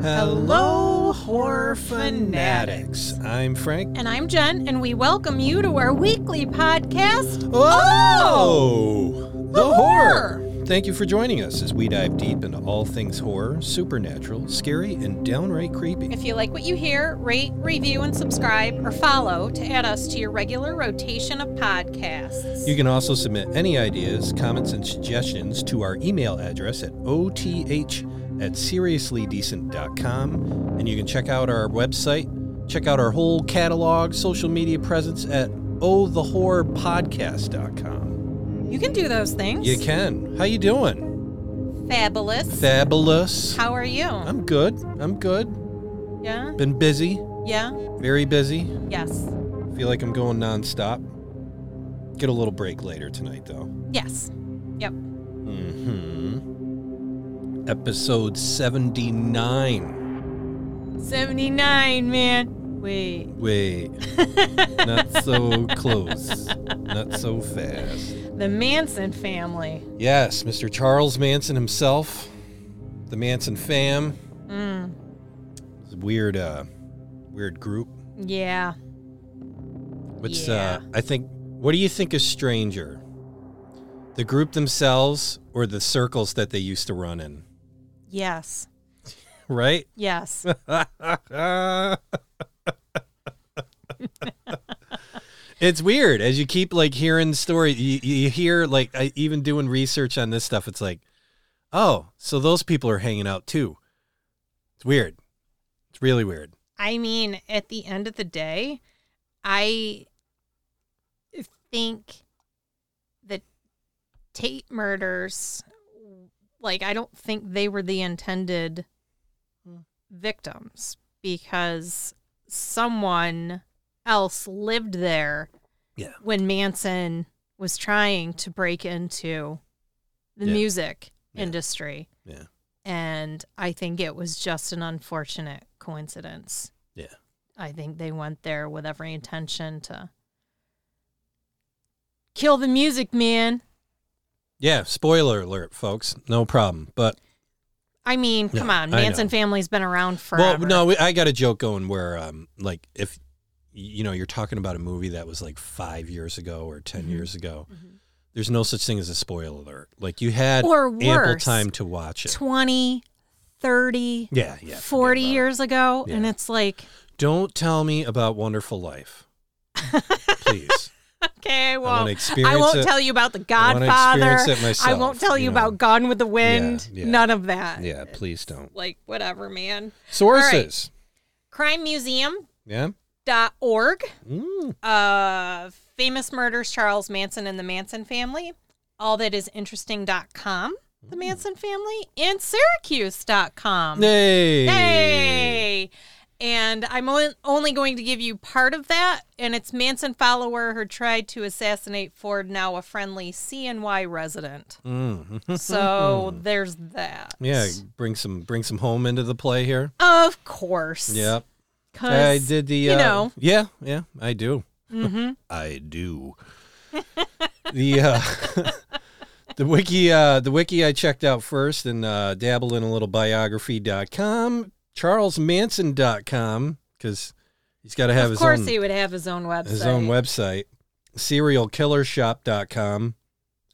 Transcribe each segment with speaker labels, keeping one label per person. Speaker 1: Hello, horror fanatics. I'm Frank.
Speaker 2: And I'm Jen, and we welcome you to our weekly podcast.
Speaker 1: Oh, the,
Speaker 2: The
Speaker 1: horror.
Speaker 2: horror.
Speaker 1: Thank you for joining us as we dive deep into all things horror, supernatural, scary, and downright creepy.
Speaker 2: If you like what you hear, rate, review, and subscribe or follow to add us to your regular rotation of podcasts.
Speaker 1: You can also submit any ideas, comments, and suggestions to our email address at oth at seriouslydecent.com. And you can check out our website, check out our whole catalog, social media presence at ohthehorrorpodcast.com.
Speaker 2: You can do those things.
Speaker 1: You can. How you doing?
Speaker 2: Fabulous.
Speaker 1: Fabulous.
Speaker 2: How are you?
Speaker 1: I'm good. I'm good.
Speaker 2: yeah.
Speaker 1: Been busy.
Speaker 2: Yeah.
Speaker 1: Very busy.
Speaker 2: Yes.
Speaker 1: Feel like I'm going nonstop. Get a little break later tonight, though.
Speaker 2: Yes. Yep.
Speaker 1: Mm-hmm. Episode 79.
Speaker 2: 79, man. Wait.
Speaker 1: Wait, not so close. Not so fast.
Speaker 2: The Manson family.
Speaker 1: Yes, Mr. Charles Manson himself, the Manson fam.
Speaker 2: Mm.
Speaker 1: It's a weird, uh, weird group.
Speaker 2: Yeah.
Speaker 1: What's,
Speaker 2: Yeah.
Speaker 1: uh, I think, what do you think is stranger? The group themselves or the circles that they used to run in?
Speaker 2: Yes.
Speaker 1: Right?
Speaker 2: Yes.
Speaker 1: it's weird as you keep like hearing story you, you hear like I, even doing research on this stuff it's like oh so those people are hanging out too it's weird it's really weird
Speaker 2: I mean, at the end of the day, I think the Tate murders, like, I don't think they were the intended
Speaker 1: Hmm.
Speaker 2: victims because someone else lived there
Speaker 1: Yeah.
Speaker 2: when Manson was trying to break into the
Speaker 1: Yeah.
Speaker 2: music
Speaker 1: Yeah.
Speaker 2: industry.
Speaker 1: Yeah.
Speaker 2: And I think it was just an unfortunate coincidence.
Speaker 1: Yeah.
Speaker 2: I think they went there with every intention to kill the music man.
Speaker 1: yeah spoiler alert folks no problem but
Speaker 2: I mean,
Speaker 1: Yeah,
Speaker 2: come on,
Speaker 1: I
Speaker 2: Manson
Speaker 1: know.
Speaker 2: family's been around forever.
Speaker 1: well no we, i got a joke going where um like if you know you're talking about a movie that was like five years ago or 10
Speaker 2: Mhm.
Speaker 1: years ago
Speaker 2: Mhm.
Speaker 1: there's no such thing as a spoiler alert like you had
Speaker 2: or
Speaker 1: ample
Speaker 2: worse,
Speaker 1: time to watch it
Speaker 2: 20, 30,
Speaker 1: Yeah, yeah. forget
Speaker 2: 40
Speaker 1: about it.
Speaker 2: years ago. And
Speaker 1: Yeah.
Speaker 2: it's like,
Speaker 1: Don't tell me about Wonderful Life. Please.
Speaker 2: okay,
Speaker 1: I
Speaker 2: well,
Speaker 1: want to experience
Speaker 2: I won't
Speaker 1: it.
Speaker 2: tell you about the
Speaker 1: I wanna
Speaker 2: Godfather.
Speaker 1: experience it myself,
Speaker 2: I won't tell you,
Speaker 1: know.
Speaker 2: about Gone with the Wind.
Speaker 1: yeah.
Speaker 2: None of that.
Speaker 1: Yeah, please don't.
Speaker 2: Like whatever, man.
Speaker 1: Sources.
Speaker 2: Crimemuseum.org.
Speaker 1: Yeah. Mm.
Speaker 2: Uh, famous murders: Charles Manson and the Manson family. All that is interesting.com. The Manson family and Syracuse.com.
Speaker 1: Mm. Yay.
Speaker 2: Hey. And I'm on- only going to give you part of that. And it's Manson follower who tried to assassinate Ford, now a friendly CNY resident.
Speaker 1: Mm.
Speaker 2: So there's that.
Speaker 1: yeah, bring some bring some home into the play here.
Speaker 2: Of course.
Speaker 1: Yeah. I
Speaker 2: Because
Speaker 1: did the
Speaker 2: you
Speaker 1: uh,
Speaker 2: know.
Speaker 1: Yeah, yeah, I do.
Speaker 2: mm-hmm.
Speaker 1: I do. the uh, the wiki uh, the wiki I checked out first and uh, dabbled in a little biography.com, charlesmanson.com cuz he's got to have
Speaker 2: of
Speaker 1: his
Speaker 2: course
Speaker 1: own
Speaker 2: he would have his own website.
Speaker 1: his own website, serialkillershop.com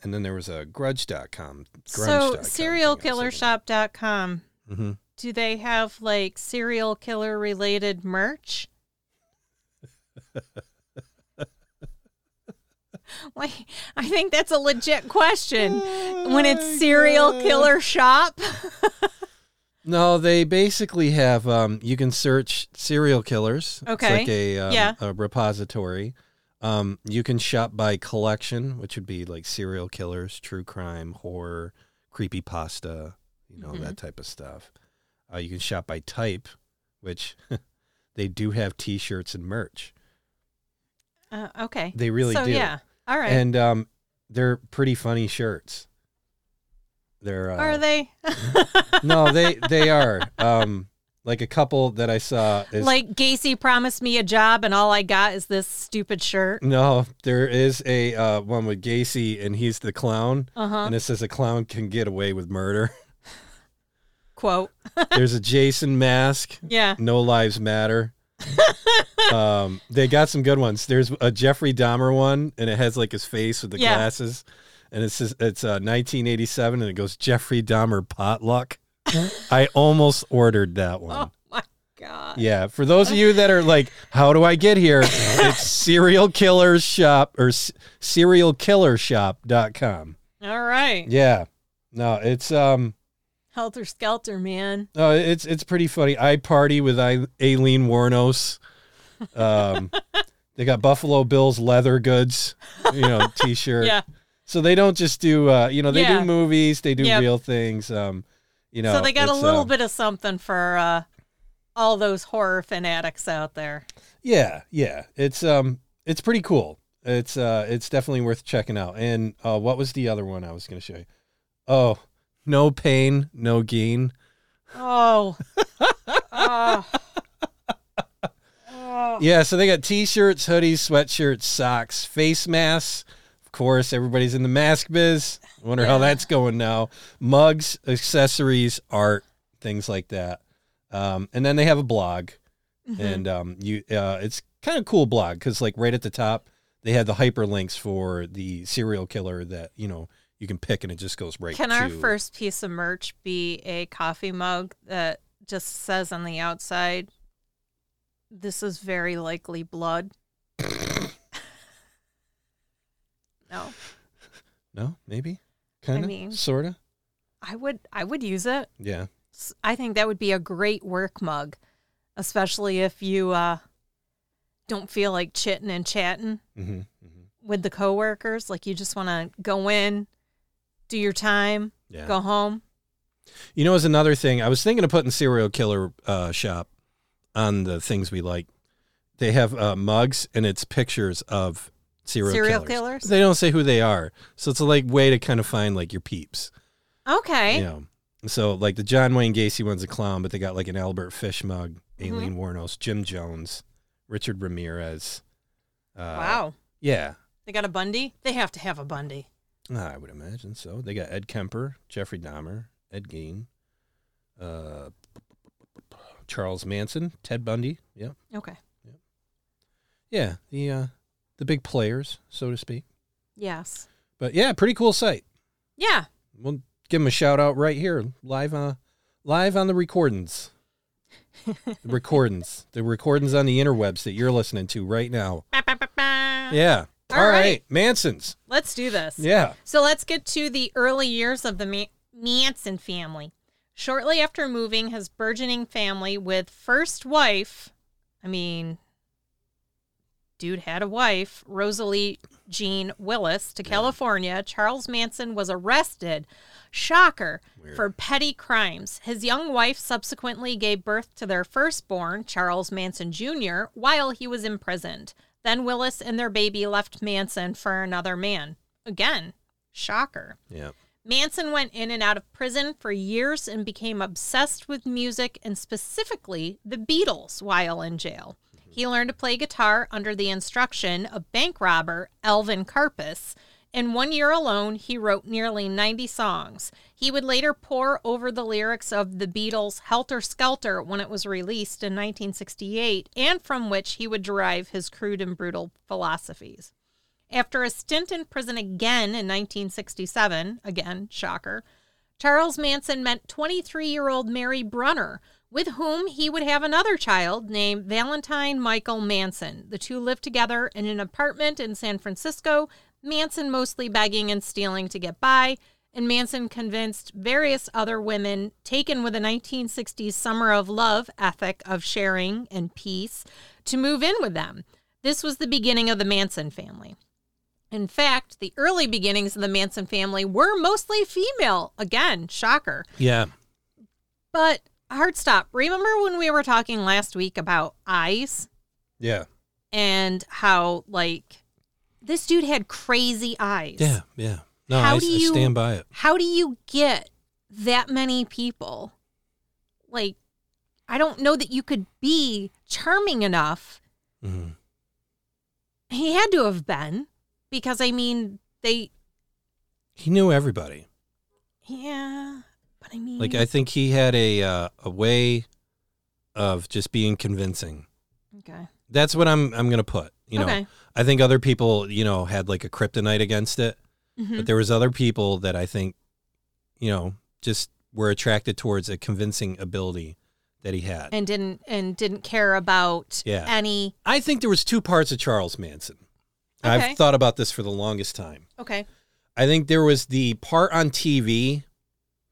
Speaker 1: and then there was a grudge.com.
Speaker 2: So serialkillershop.com.
Speaker 1: Mm-hmm.
Speaker 2: Do they have like serial killer related merch? like, I think that's a legit question.
Speaker 1: Oh Mm-hmm.
Speaker 2: when it's serial killer shop,
Speaker 1: No, they basically have. Um, you can search serial killers.
Speaker 2: Okay.
Speaker 1: It's like a, um,
Speaker 2: Yeah.
Speaker 1: a repository. Um, you can shop by collection, which would be like serial killers, true crime, horror, creepy pasta, you know
Speaker 2: Mhm.
Speaker 1: that type of stuff. Uh, you can shop by type, which they do have T-shirts and merch.
Speaker 2: uh, okay.
Speaker 1: They really
Speaker 2: so,
Speaker 1: do.
Speaker 2: Yeah. All right.
Speaker 1: And um, they're pretty funny shirts. They're uh,
Speaker 2: Are they
Speaker 1: no, they they are. Um, like a couple that I saw is
Speaker 2: like Gacy promised me a job and all I got is this stupid shirt?
Speaker 1: no. There is a uh, one with Gacy, and he's the clown,
Speaker 2: Uh huh.
Speaker 1: and it says a clown can get away with murder.
Speaker 2: Of quote.
Speaker 1: There's a Jason mask.
Speaker 2: Yeah.
Speaker 1: No lives matter. um, they got some good ones. There's a Jeffrey Dahmer one, and it has like his face with the
Speaker 2: Yeah.
Speaker 1: glasses, and it says it's uh, 1987, and it goes Jeffrey Dahmer potluck. I almost ordered that one.
Speaker 2: Oh my god.
Speaker 1: Yeah, for those of you that are like, how do I get here? It's serial killers shop or s- serialkillershop.com.
Speaker 2: All right.
Speaker 1: Yeah. No, it's um
Speaker 2: Helter Skelter, man.
Speaker 1: no, it's it's pretty funny. I party with I- Aileen Warnos. Um they got Buffalo Bills leather goods, you know, t-shirt.
Speaker 2: Yeah.
Speaker 1: So they don't just do uh, you know, they
Speaker 2: Yeah.
Speaker 1: do movies, they do
Speaker 2: Yep.
Speaker 1: real things um you know.
Speaker 2: so they got a
Speaker 1: it's,
Speaker 2: little
Speaker 1: um,
Speaker 2: bit of something for uh, all those horror fanatics out there.
Speaker 1: Yeah, yeah. It's um it's pretty cool. It's uh it's definitely worth checking out. And uh what was the other one I was gonna show you? Oh, no pain, no gain.
Speaker 2: Oh. oh. Oh.
Speaker 1: Yeah, so they got t shirts, hoodies, sweatshirts, socks, face masks. Of course, everybody's in the mask biz. I wonder how that's going now. Mugs, accessories, art, things like that. Um, and then they have a blog.
Speaker 2: Mm-hmm.
Speaker 1: and um, you uh, it's kind of cool blog because like right at the top they had the hyperlinks for the serial killer that you know you can pick and it just goes right
Speaker 2: Can
Speaker 1: to
Speaker 2: our first piece of merch be a coffee mug that just says on the outside, this is very likely blood? no.
Speaker 1: no maybe kind of
Speaker 2: mean-
Speaker 1: sort of
Speaker 2: I would I would use it.
Speaker 1: yeah
Speaker 2: S- I think that would be a great work mug, especially if you uh, don't feel like chitting and chatting
Speaker 1: hmm
Speaker 2: with the coworkers. Like you just want to go in, do your time,
Speaker 1: yeah
Speaker 2: go home.
Speaker 1: you know as another thing I was thinking of putting serial killer uh, shop on the things we like they have uh, mugs and it's pictures of serial,
Speaker 2: Serial
Speaker 1: killers.
Speaker 2: killers?
Speaker 1: they don't say who they are so it's a like way to kind of find like your peeps
Speaker 2: Okay.
Speaker 1: Yeah. So like the John Wayne Gacy one's a clown, but they got like an Albert Fish mug,
Speaker 2: Mm-hmm.
Speaker 1: Aileen Warnos, Jim Jones, Richard Ramirez. Uh,
Speaker 2: Wow.
Speaker 1: Yeah.
Speaker 2: They got a Bundy? They have to have a Bundy.
Speaker 1: I would imagine so. They got Ed Kemper, Jeffrey Dahmer, Ed Gein, uh, Charles Manson, Ted Bundy. Yeah.
Speaker 2: Okay.
Speaker 1: Yeah. The uh, the big players, so to speak.
Speaker 2: Yes.
Speaker 1: But yeah, pretty cool site.
Speaker 2: Yeah.
Speaker 1: We'll give them a shout out right here, live uh, live on the recordings. the recordings. The recordings on the interwebs that you're listening to right now.
Speaker 2: Ba, ba, ba, ba.
Speaker 1: Yeah.
Speaker 2: All
Speaker 1: All right.
Speaker 2: right.
Speaker 1: Manson's.
Speaker 2: Let's do this.
Speaker 1: Yeah.
Speaker 2: So let's get to the early years of the Ma- Manson family. Shortly after moving his burgeoning family with first wife, I mean, dude had a wife, Rosalie Jean Willis, to California, Charles Manson was arrested, shocker, for petty crimes. His young wife subsequently gave birth to their firstborn, Charles Manson Jr., while he was imprisoned. Then Willis and their baby left Manson for another man. Again, shocker.
Speaker 1: Yeah.
Speaker 2: Manson went in and out of prison for years and became obsessed with music and specifically the Beatles while in jail. He learned to play guitar under the instruction of bank robber Alvin Karpis. In one year alone, he wrote nearly 90 songs. He would later pore over the lyrics of the Beatles' Helter Skelter when it was released in 1968, and from which he would derive his crude and brutal philosophies. After a stint in prison again in 1967, again, shocker, Charles Manson met 23 year old Mary Brunner, with whom he would have another child named Valentine Michael Manson. The two lived together in an apartment in San Francisco, Manson mostly begging and stealing to get by. And Manson convinced various other women, taken with a 1960s summer of love ethic of sharing and peace, to move in with them. This was the beginning of the Manson family. In fact, the early beginnings of the Manson family were mostly female. Again, shocker.
Speaker 1: Yeah.
Speaker 2: But hard stop. Remember when we were talking last week about eyes
Speaker 1: Yeah.
Speaker 2: and how like this dude had crazy eyes.
Speaker 1: Yeah. Yeah. No,
Speaker 2: How
Speaker 1: I,
Speaker 2: do
Speaker 1: I
Speaker 2: you-
Speaker 1: stand by it.
Speaker 2: How do you get that many people? Like I don't know that you could be charming enough
Speaker 1: hmm
Speaker 2: he had to have been because I mean they
Speaker 1: He knew everybody.
Speaker 2: yeah But I mean,
Speaker 1: Like I think he had a uh, a way of just being convincing.
Speaker 2: okay,
Speaker 1: That's what I'm I'm gonna put. You know,
Speaker 2: okay,
Speaker 1: I think other people you know had like a kryptonite against it,
Speaker 2: hmm
Speaker 1: but there was other people that I think, you know, just were attracted towards a convincing ability that he had.
Speaker 2: and didn't and didn't care about
Speaker 1: Yeah.
Speaker 2: any.
Speaker 1: I think there was two parts of Charles Manson.
Speaker 2: Okay.
Speaker 1: I've thought about this for the longest time.
Speaker 2: Okay,
Speaker 1: I think there was the part on TV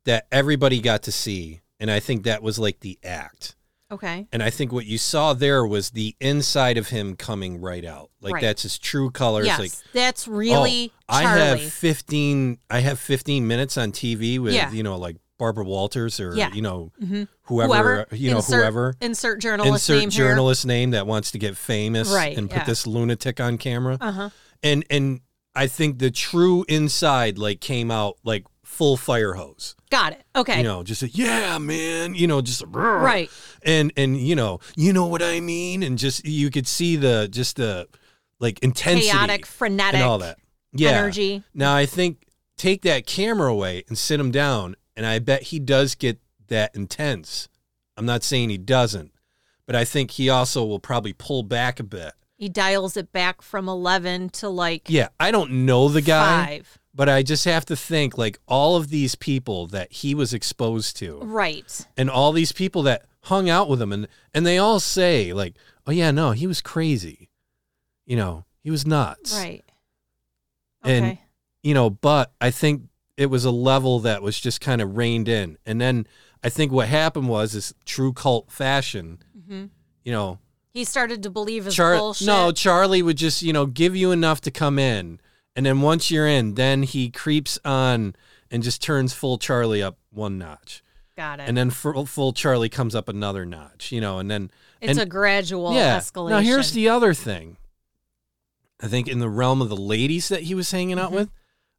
Speaker 1: that everybody got to see, and I think that was like the act.
Speaker 2: okay,
Speaker 1: And I think what you saw there was the inside of him coming right out. Like
Speaker 2: Right.
Speaker 1: that's his true colors.
Speaker 2: yes,
Speaker 1: Like
Speaker 2: that's really
Speaker 1: oh, I
Speaker 2: Charlie.
Speaker 1: have fifteen. I have fifteen minutes on TV with
Speaker 2: Yeah.
Speaker 1: you know like Barbara Walters or
Speaker 2: Yeah.
Speaker 1: you know
Speaker 2: Mhm.
Speaker 1: whoever, you know
Speaker 2: insert,
Speaker 1: whoever
Speaker 2: insert journalist
Speaker 1: insert
Speaker 2: name
Speaker 1: journalist name that wants to get famous
Speaker 2: Right,
Speaker 1: and put
Speaker 2: yeah.
Speaker 1: this lunatic on camera.
Speaker 2: here. Uh huh.
Speaker 1: and and I think the true inside like came out like full fire hose.
Speaker 2: Got it. Okay.
Speaker 1: You know, just a, yeah, man. You know, just a,
Speaker 2: right.
Speaker 1: and and you know, you know what I mean, and just you could see the just the like intensity
Speaker 2: Chaotic, frenetic,
Speaker 1: and all that. Yeah.
Speaker 2: energy.
Speaker 1: Now I think take that camera away and sit him down, and I bet he does get that intense. I'm not saying he doesn't, but I think he also will probably pull back a bit.
Speaker 2: He dials it back from eleven to like
Speaker 1: Yeah, I don't know the guy.
Speaker 2: five.
Speaker 1: But I just have to think like all of these people that he was exposed to
Speaker 2: Right.
Speaker 1: and all these people that hung out with him and and they all say like, "Oh yeah, no, he was crazy." You know, he was nuts.
Speaker 2: Right. Okay.
Speaker 1: And you know, but I think it was a level that was just kind of reined in. And then I think what happened was is true cult fashion,
Speaker 2: Mhm.
Speaker 1: you know,
Speaker 2: He started to believe his
Speaker 1: Char-
Speaker 2: bullshit.
Speaker 1: No, Charlie would just, you know, give you enough to come in. And then once you're in, then he creeps on and just turns full Charlie up one notch.
Speaker 2: Got it.
Speaker 1: And then full, full Charlie comes up another notch, you know, and then.
Speaker 2: it's
Speaker 1: and,
Speaker 2: a gradual
Speaker 1: yeah.
Speaker 2: escalation.
Speaker 1: Now, here's the other thing. I think in the realm of the ladies that he was hanging
Speaker 2: Mm-hmm.
Speaker 1: out with,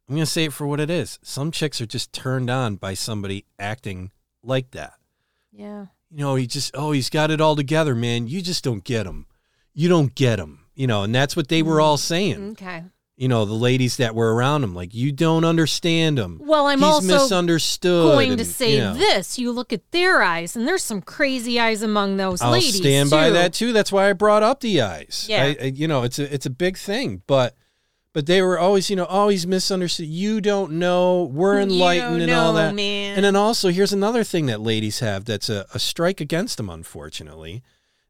Speaker 1: I'm going to say it for what it is. Some chicks are just turned on by somebody acting like that
Speaker 2: yeah.
Speaker 1: you know, he just, oh, he's got it all together, man. You just don't get him. You don't get him, you know, and that's what they
Speaker 2: Mm-hmm.
Speaker 1: were all saying.
Speaker 2: Okay.
Speaker 1: You know, the ladies that were around him, like, you don't understand him.
Speaker 2: Well, I'm
Speaker 1: he's
Speaker 2: also
Speaker 1: misunderstood.
Speaker 2: Going to
Speaker 1: and,
Speaker 2: say
Speaker 1: you know.
Speaker 2: this, you look at their eyes, and there's some crazy eyes among those
Speaker 1: I'll
Speaker 2: ladies.
Speaker 1: stand by
Speaker 2: too.
Speaker 1: that too. That's why I brought up the eyes.
Speaker 2: Yeah.
Speaker 1: I, I, you know, it's a it's a big thing, but but they were always, you know, always misunderstood. You don't know. We're
Speaker 2: You
Speaker 1: enlightened
Speaker 2: don't
Speaker 1: and all
Speaker 2: know,
Speaker 1: that.
Speaker 2: man.
Speaker 1: And then also, here's another thing that ladies have that's a, a strike against them, unfortunately,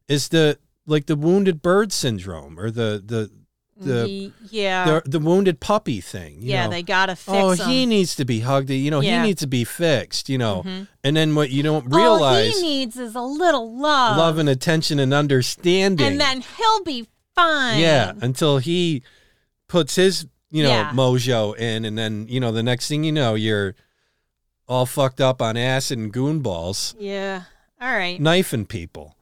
Speaker 1: is the like the wounded bird syndrome or the the the
Speaker 2: Ye- yeah,
Speaker 1: the, the wounded puppy thing. you
Speaker 2: yeah,
Speaker 1: know?
Speaker 2: they gotta fix
Speaker 1: Oh,
Speaker 2: 'em.
Speaker 1: he needs to be hugged. You know,
Speaker 2: Yeah.
Speaker 1: he needs to be fixed. You know,
Speaker 2: Mhm.
Speaker 1: and then what you don't realize,
Speaker 2: all he needs is a little love,
Speaker 1: love and attention and understanding.
Speaker 2: and then he'll be fine.
Speaker 1: Yeah, until he puts his, you know,
Speaker 2: Yeah.
Speaker 1: mojo in and then, you know, the next thing you know, you're all fucked up on acid and goon balls,
Speaker 2: yeah. All right.
Speaker 1: knifing people.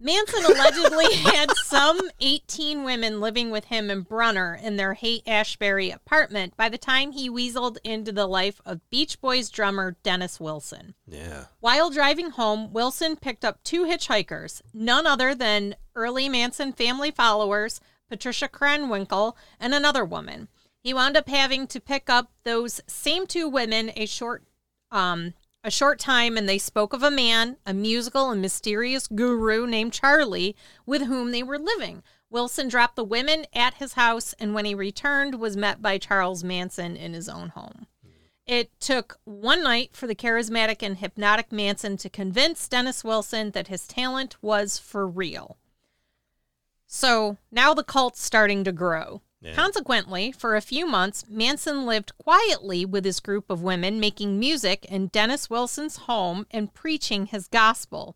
Speaker 2: Manson allegedly had some 18 women living with him and Brunner in their Haight Ashbury apartment by the time he weaseled into the life of Beach Boys drummer Dennis Wilson.
Speaker 1: Yeah.
Speaker 2: While driving home, Wilson picked up two hitchhikers, none other than early Manson family followers, Patricia Krenwinkel, and another woman. He wound up having to pick up those same two women a short um a short time and they spoke of a man, a musical and mysterious guru named Charlie, with whom they were living. Wilson dropped the women at his house and when he returned was met by Charles Manson in his own home. It took one night for the charismatic and hypnotic Manson to convince Dennis Wilson that his talent was for real. So now the cult's starting to grow.
Speaker 1: Yeah.
Speaker 2: Consequently, for a few months, Manson lived quietly with his group of women, making music in Dennis Wilson's home and preaching his gospel.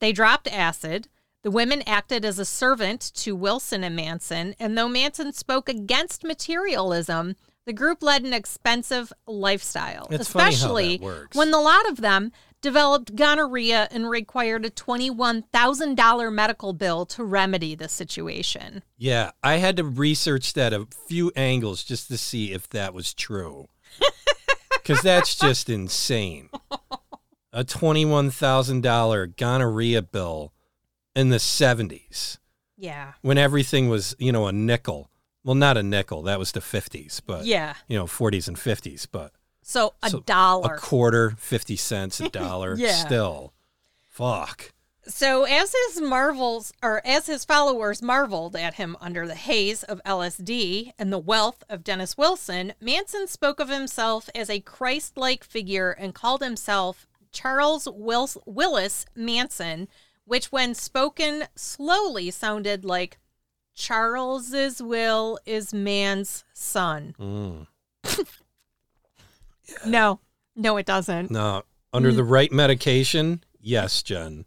Speaker 2: They dropped acid. The women acted as a servant to Wilson and Manson, and though Manson spoke against materialism, the group led an expensive lifestyle,
Speaker 1: It's funny how
Speaker 2: especially
Speaker 1: that works.
Speaker 2: when the lot of them developed gonorrhea and required a $21,000 medical bill to remedy the situation.
Speaker 1: Yeah. I had to research that a few angles just to see if that was true. Because that's just insane. A $21,000 gonorrhea bill in the 70s.
Speaker 2: Yeah.
Speaker 1: when everything was, you know, a nickel. Well, not a nickel. That was the 50s, but
Speaker 2: Yeah.
Speaker 1: you know, 40s and 50s, but
Speaker 2: So a
Speaker 1: So,
Speaker 2: dollar.
Speaker 1: A quarter, 50 cents, a dollar.
Speaker 2: Yeah.
Speaker 1: Still. Fuck.
Speaker 2: So as his marvels or as his followers marveled at him under the haze of LSD and the wealth of Dennis Wilson, Manson spoke of himself as a Christ-like figure and called himself Charles Wills- Willis Manson, which when spoken slowly sounded like Charles's will is man's son.
Speaker 1: Mm.
Speaker 2: No. No it doesn't.
Speaker 1: No. Under
Speaker 2: Mm.
Speaker 1: the right medication, yes, Jen.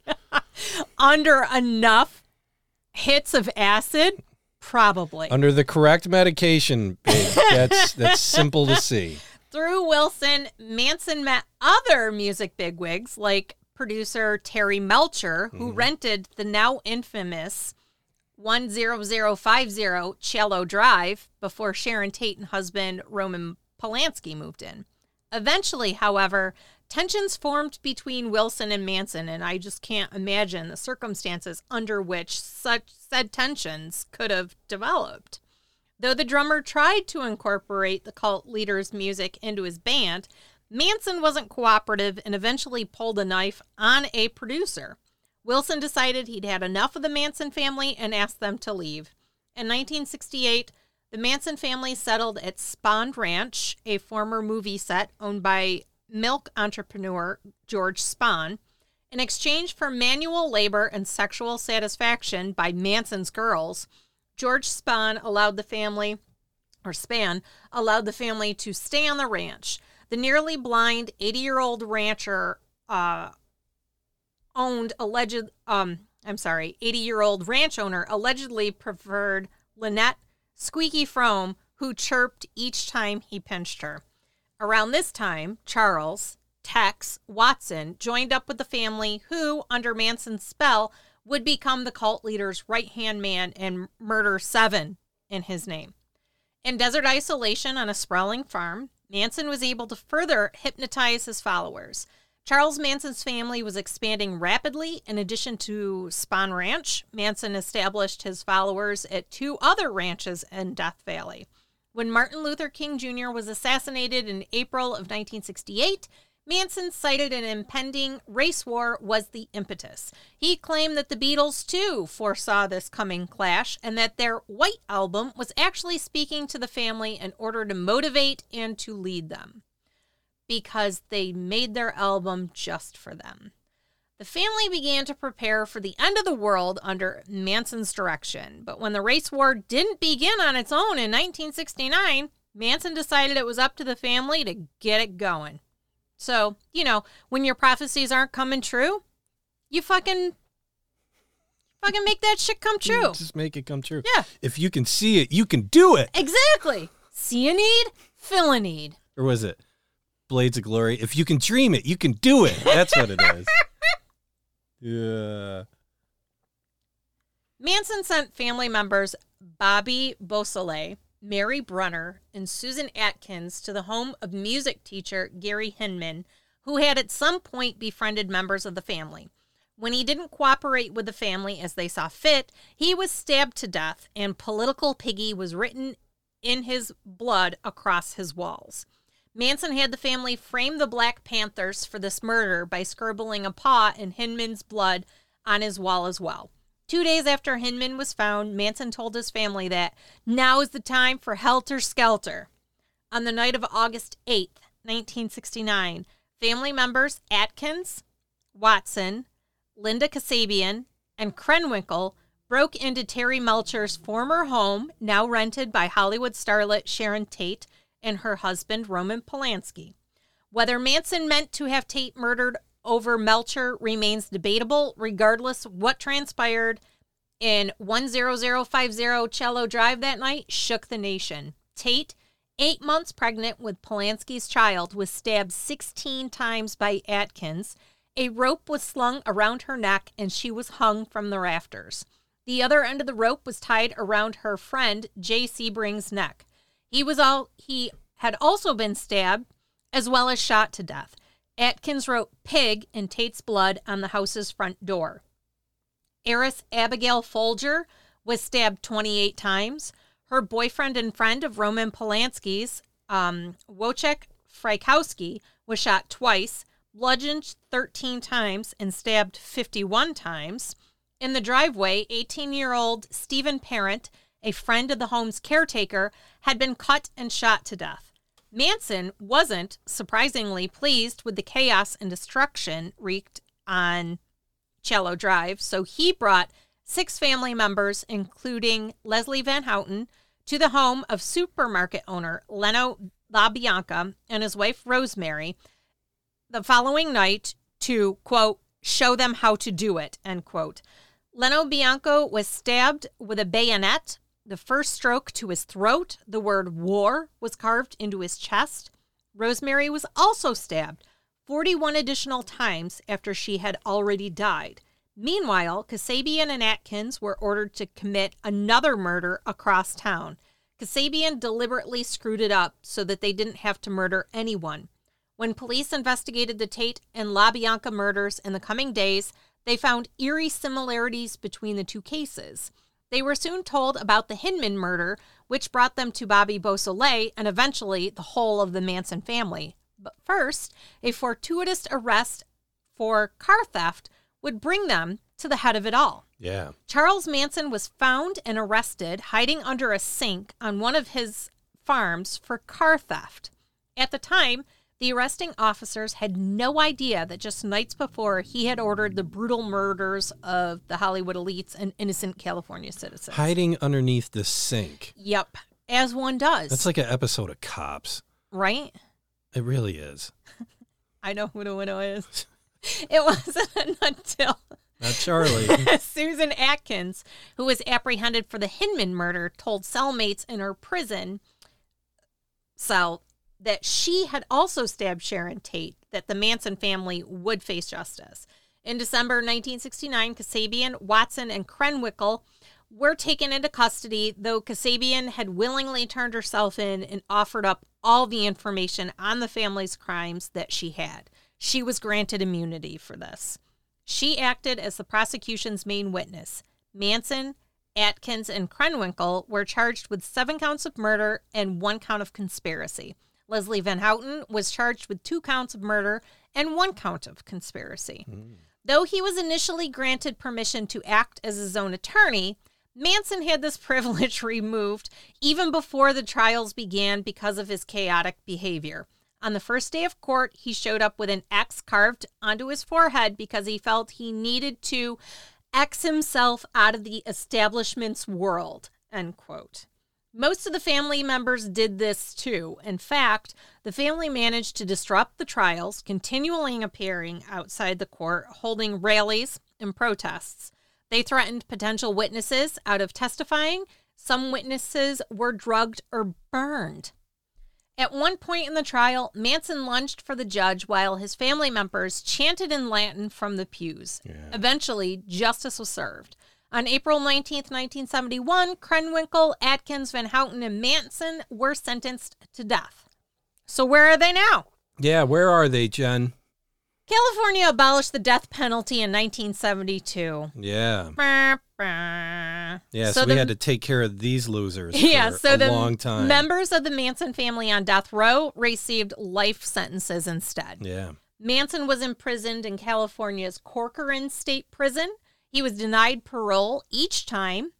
Speaker 2: Under enough hits of acid probably.
Speaker 1: Under the correct medication, babe. That's that's simple to see.
Speaker 2: Through Wilson, Manson met other music bigwigs like producer Terry Melcher, who rented the now infamous 10050 Cello Drive before Sharon Tate and husband Roman Polanski moved in. Eventually, however, tensions formed between Wilson and Manson, and I just can't imagine the circumstances under which such said tensions could have developed. Though the drummer tried to incorporate the cult leader's music into his band, Manson wasn't cooperative and eventually pulled a knife on a producer. Wilson decided he'd had enough of the Manson family and asked them to leave. In 1968, the Manson family settled at Spond Ranch, a former movie set owned by milk entrepreneur George Spahn, in exchange for manual labor and sexual satisfaction by Manson's girls. George Spahn allowed the family, or Span, allowed the family to stay on the ranch. The nearly blind 80 year old rancher uh, owned alleged, um, I'm sorry, 80 year old ranch owner allegedly preferred Lynette Squeaky Frome, who chirped each time he pinched her. Around this time, Charles, Tex, Watson joined up with the family who, under Manson's spell, would become the cult leader's right hand man and murder seven in his name. In desert isolation on a sprawling farm, Manson was able to further hypnotize his followers. Charles Manson's family was expanding rapidly. In addition to Spawn Ranch, Manson established his followers at two other ranches in Death Valley. When Martin Luther King Jr. was assassinated in April of 1968, Manson cited an impending race war was the impetus. He claimed that the Beatles too foresaw this coming clash and that their White Album was actually speaking to the family in order to motivate and to lead them because they made their album just for them. The family began to prepare for the end of the world under Manson's direction, but when the race war didn't begin on its own in 1969, Manson decided it was up to the family to get it going. So, you know, when your prophecies aren't coming true, you fucking fucking make that shit come true.
Speaker 1: Just make it come true.
Speaker 2: Yeah.
Speaker 1: If you can see it, you can do it.
Speaker 2: Exactly. See a need, fill a need.
Speaker 1: Or was it Blades of Glory? If you can dream it, you can do it. That's what it is. Yeah.
Speaker 2: Manson sent family members Bobby Beausoleil, Mary Brunner, and Susan Atkins to the home of music teacher Gary Hinman, who had at some point befriended members of the family. When he didn't cooperate with the family as they saw fit, he was stabbed to death, and political piggy was written in his blood across his walls. Manson had the family frame the Black Panthers for this murder by scribbling a paw in Hinman's blood on his wall as well. Two days after Hinman was found, Manson told his family that now is the time for helter skelter. On the night of August 8th, 1969, family members Atkins, Watson, Linda Kasabian, and Krenwinkel broke into Terry Melcher's former home, now rented by Hollywood starlet Sharon Tate and her husband Roman Polanski. Whether Manson meant to have Tate murdered over Melcher remains debatable, regardless what transpired in 10050 Cello Drive that night shook the nation. Tate, eight months pregnant with Polanski's child, was stabbed 16 times by Atkins. A rope was slung around her neck and she was hung from the rafters. The other end of the rope was tied around her friend J. Sebring's neck. He was all he had also been stabbed as well as shot to death. Atkins wrote pig in Tate's blood on the house's front door. Heiress Abigail Folger was stabbed 28 times. Her boyfriend and friend of Roman Polanski's, um, Wojciech Frykowski was shot twice, bludgeoned 13 times, and stabbed 51 times. In the driveway, 18 year old Stephen Parent, a friend of the home's caretaker, had been cut and shot to death. Manson wasn't, surprisingly, pleased with the chaos and destruction wreaked on Cello Drive, so he brought six family members, including Leslie Van Houten, to the home of supermarket owner Leno LaBianca and his wife Rosemary the following night to, quote, show them how to do it, end quote. Leno Bianco was stabbed with a bayonet, the first stroke to his throat. The word war was carved into his chest. Rosemary was also stabbed 41 additional times after she had already died. Meanwhile, Kasabian and Atkins were ordered to commit another murder across town. Kasabian deliberately screwed it up so that they didn't have to murder anyone. When police investigated the Tate and LaBianca murders in the coming days, they found eerie similarities between the two cases. They were soon told about the Hinman murder, which brought them to Bobby Beausoleil and eventually the whole of the Manson family. But first, a fortuitous arrest for car theft would bring them to the head of it all.
Speaker 1: Yeah.
Speaker 2: Charles Manson was found and arrested hiding under a sink on one of his farms for car theft. At the time, the arresting officers had no idea that just nights before he had ordered the brutal murders of the Hollywood elites and innocent California citizens.
Speaker 1: Hiding underneath the sink.
Speaker 2: Yep, as one does.
Speaker 1: That's like an episode of Cops.
Speaker 2: right?
Speaker 1: It really is.
Speaker 2: I know who the winner is. It wasn't until
Speaker 1: Not Charlie.
Speaker 2: Susan Atkins, who was apprehended for the Hinman murder, told cellmates in her prison cell that she had also stabbed Sharon Tate, that the Manson family would face justice. In December 1969, Kasabian, Watson, and Krenwickel were taken into custody, though Kasabian had willingly turned herself in and offered up all the information on the family's crimes that she had. She was granted immunity for this. She acted as the prosecution's main witness. Manson, Atkins, and Krenwinkel were charged with seven counts of murder and one count of conspiracy. Leslie Van Houten was charged with two counts of murder and one count of conspiracy. Though he was initially granted permission to act as his own attorney, Manson had this privilege removed even before the trials began because of his chaotic behavior. On the first day of court, he showed up with an X carved onto his forehead because he felt he needed to X himself out of the establishment's world. End quote. Most of the family members did this too. In fact, the family managed to disrupt the trials, continually appearing outside the court, holding rallies and protests. They threatened potential witnesses out of testifying. Some witnesses were drugged or burned. At one point in the trial, Manson lunged for the judge while his family members chanted in Latin from the pews. Eventually, justice was served. On April 19, 1971, Krenwinkel, Atkins, Van Houten, and Manson were sentenced to death. So, where are they now?
Speaker 1: yeah, where are they, Jen?
Speaker 2: California abolished the death penalty in 1972.
Speaker 1: Yeah.
Speaker 2: Bah, bah.
Speaker 1: Yeah, so, we had to take care of these losers for
Speaker 2: yeah, so
Speaker 1: a
Speaker 2: the
Speaker 1: long time.
Speaker 2: members of the Manson family on death row received life sentences instead.
Speaker 1: yeah.
Speaker 2: Manson was imprisoned in California's Corcoran State Prison. He was denied parole each time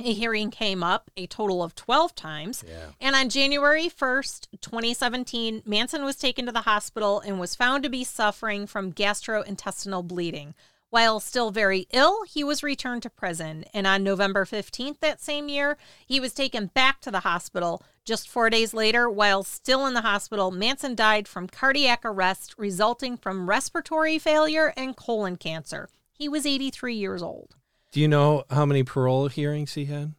Speaker 2: a hearing came up, a total of 12 times.
Speaker 1: Yeah.
Speaker 2: And on January 1st, 2017, Manson was taken to the hospital and was found to be suffering from gastrointestinal bleeding. While still very ill, he was returned to prison. And on November 15th that same year, he was taken back to the hospital. Just four days later, while still in the hospital, Manson died from cardiac arrest resulting from respiratory failure and colon cancer. He was 83 years old.
Speaker 1: Do you know how many parole hearings he had?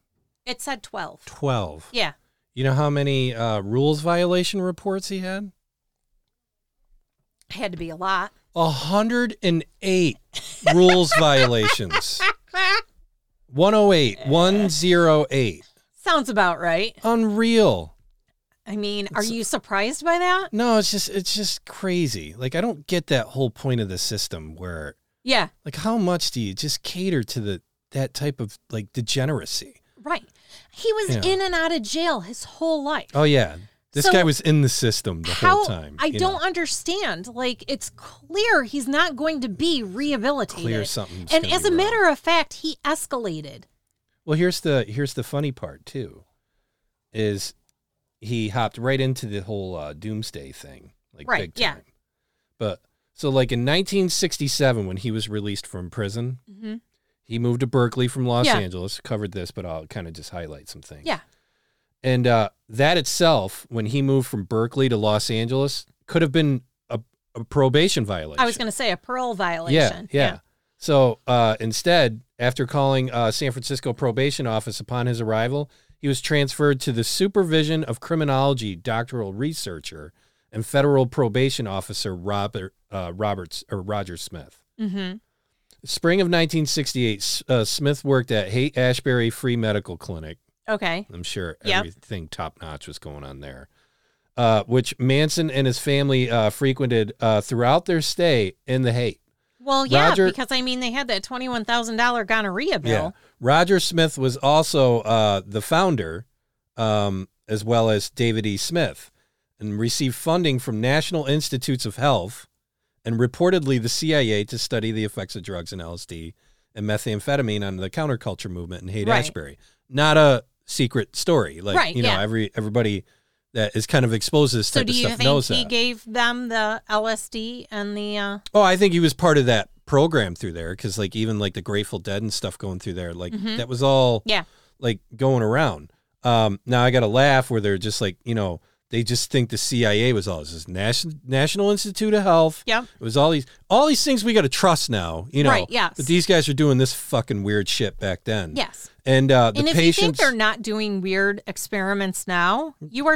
Speaker 2: It said 12.
Speaker 1: 12.
Speaker 2: Yeah.
Speaker 1: You know how many uh, rules violation reports he had?
Speaker 2: It had to be a lot.
Speaker 1: 108 rules violations. 108, 108.
Speaker 2: Sounds about right.
Speaker 1: Unreal.
Speaker 2: I mean, are you surprised by that?
Speaker 1: No, it's just it's just crazy. Like I don't get that whole point of the system where
Speaker 2: Yeah,
Speaker 1: like how much do you just cater to the that type of like degeneracy?
Speaker 2: right. He was
Speaker 1: Yeah.
Speaker 2: in and out of jail his whole life.
Speaker 1: Oh yeah. This
Speaker 2: So-
Speaker 1: guy was in the system the
Speaker 2: How
Speaker 1: whole time.
Speaker 2: I
Speaker 1: you know,
Speaker 2: don't understand. Like it's clear he's not going to be rehabilitated.
Speaker 1: clear something.
Speaker 2: and as a matter of fact, he escalated.
Speaker 1: Well, here's the here's the funny part too, is he hopped right into the whole uh, doomsday thing, like
Speaker 2: Right,
Speaker 1: big
Speaker 2: yeah.
Speaker 1: time. But so, like in 1967, when he was released from prison,
Speaker 2: Mm-hmm.
Speaker 1: he moved to Berkeley from Los
Speaker 2: Yeah.
Speaker 1: Angeles. Covered this, but I'll kind of just highlight some things.
Speaker 2: Yeah.
Speaker 1: And uh, that itself, when he moved from Berkeley to Los Angeles, could have been a, a probation violation.
Speaker 2: I was going to say a parole violation.
Speaker 1: Yeah, yeah. So uh, instead, after calling uh, San Francisco probation office upon his arrival, he was transferred to the supervision of criminology doctoral researcher and federal probation officer Robert uh, Roberts or Roger Smith.
Speaker 2: Mm-hmm.
Speaker 1: Spring of 1968, S- uh, Smith worked at Haight Ashbury Free Medical Clinic.
Speaker 2: Okay.
Speaker 1: I'm sure
Speaker 2: Yep.
Speaker 1: everything top notch was going on there, uh, which Manson and his family uh, frequented uh, throughout their stay in the Haight.
Speaker 2: Well, yeah,
Speaker 1: Roger-
Speaker 2: because I mean, they had that twenty-one thousand dollar gonorrhea bill.
Speaker 1: Yeah. Roger Smith was also uh, the founder, um, as well as David E. Smith, and received funding from National Institutes of Health and reportedly the CIA to study the effects of drugs and LSD and methamphetamine on the counterculture movement in Haight
Speaker 2: Right.
Speaker 1: Ashbury. Not a secret story. Like,
Speaker 2: Right,
Speaker 1: you know,
Speaker 2: yeah.
Speaker 1: every everybody that is kind of exposed to this
Speaker 2: So,
Speaker 1: type
Speaker 2: do
Speaker 1: of
Speaker 2: you
Speaker 1: stuff
Speaker 2: think
Speaker 1: knows
Speaker 2: he
Speaker 1: that.
Speaker 2: gave them the LSD and the? Uh,
Speaker 1: Oh, I think he was part of that program through there because, like, even like the Grateful Dead and stuff going through there, like
Speaker 2: Mhm.
Speaker 1: that was all
Speaker 2: Yeah.
Speaker 1: like going around. Um, now I got to laugh where they're just like, you know, they just think the CIA was all this is national National Institute of Health.
Speaker 2: Yep.
Speaker 1: It was all these all these things we got to trust now, you know.
Speaker 2: Right, yes.
Speaker 1: But these guys are doing this fucking weird shit back then.
Speaker 2: Yes.
Speaker 1: And Mm. uh, the
Speaker 2: and if you think
Speaker 1: patients.
Speaker 2: they're not doing weird experiments now, you are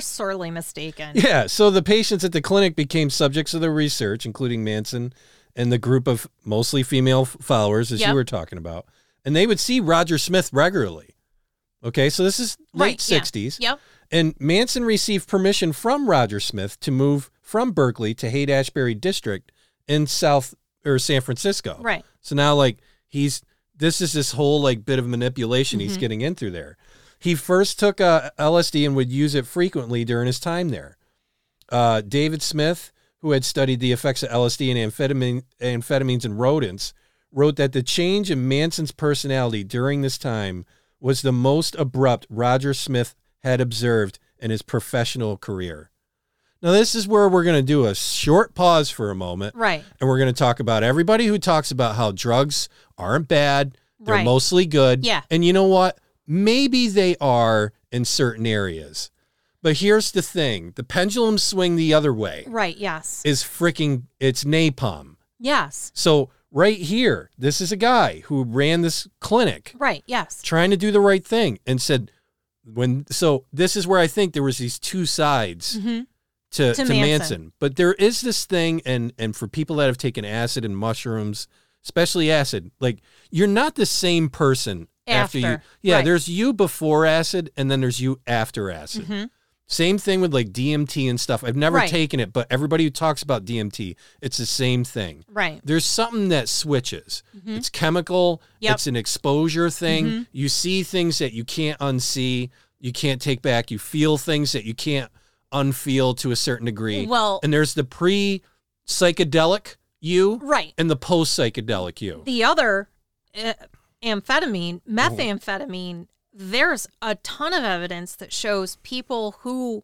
Speaker 2: sorely mistaken.
Speaker 1: Yeah, so the patients at the clinic became subjects of the research, including Manson and the group of mostly female f- followers, as
Speaker 2: Yep.
Speaker 1: you were talking about. And they would see Roger Smith regularly. Okay, so this is late
Speaker 2: Right, yeah.
Speaker 1: 60s.
Speaker 2: Yep.
Speaker 1: And Manson received permission from Roger Smith to move from Berkeley to Haight Ashbury District in South or San Francisco.
Speaker 2: Right.
Speaker 1: So now, like, he's this is this whole like bit of manipulation he's getting in through there. He first took uh, LSD and would use it frequently during his time there. Uh, David Smith, who had studied the effects of LSD and amphetamine, amphetamines in rodents, wrote that the change in Manson's personality during this time was the most abrupt Roger Smith had observed in his professional career. Now, this is where we're going to do a short pause for a moment
Speaker 2: Right.
Speaker 1: and we're going to talk about everybody who talks about how drugs aren't bad they're
Speaker 2: Right.
Speaker 1: mostly good
Speaker 2: Yeah.
Speaker 1: and you know what maybe they are in certain areas but here's the thing the pendulum swing the other way
Speaker 2: Right. Yes.
Speaker 1: is freaking it's napalm
Speaker 2: Yes.
Speaker 1: so right here this is a guy who ran this clinic
Speaker 2: Right. Yes.
Speaker 1: trying to do the right thing and said when so this is where i think there was these two sides
Speaker 2: hmm
Speaker 1: to,
Speaker 2: To
Speaker 1: to,
Speaker 2: Manson.
Speaker 1: Manson. But there is this thing, and and for people that have taken acid and mushrooms, especially acid, like you're not the same person after, you.
Speaker 2: After,
Speaker 1: Yeah,
Speaker 2: right.
Speaker 1: there's you before acid, and then there's you after acid.
Speaker 2: Mhm.
Speaker 1: Same thing with like DMT and stuff. I've never
Speaker 2: Right.
Speaker 1: taken it, but everybody who talks about DMT, it's the same thing.
Speaker 2: Right.
Speaker 1: There's something that switches. It's chemical.
Speaker 2: Mm-hmm. Yep. Mm-hmm.
Speaker 1: It's an exposure thing. You see things that you can't unsee. You can't take back. You feel things that you can't unfeel to a certain degree.
Speaker 2: Well-
Speaker 1: and there's the pre psychedelic you
Speaker 2: Right.
Speaker 1: and the post psychedelic you.
Speaker 2: The other uh, amphetamine, methamphetamine, there's a ton of evidence that shows people who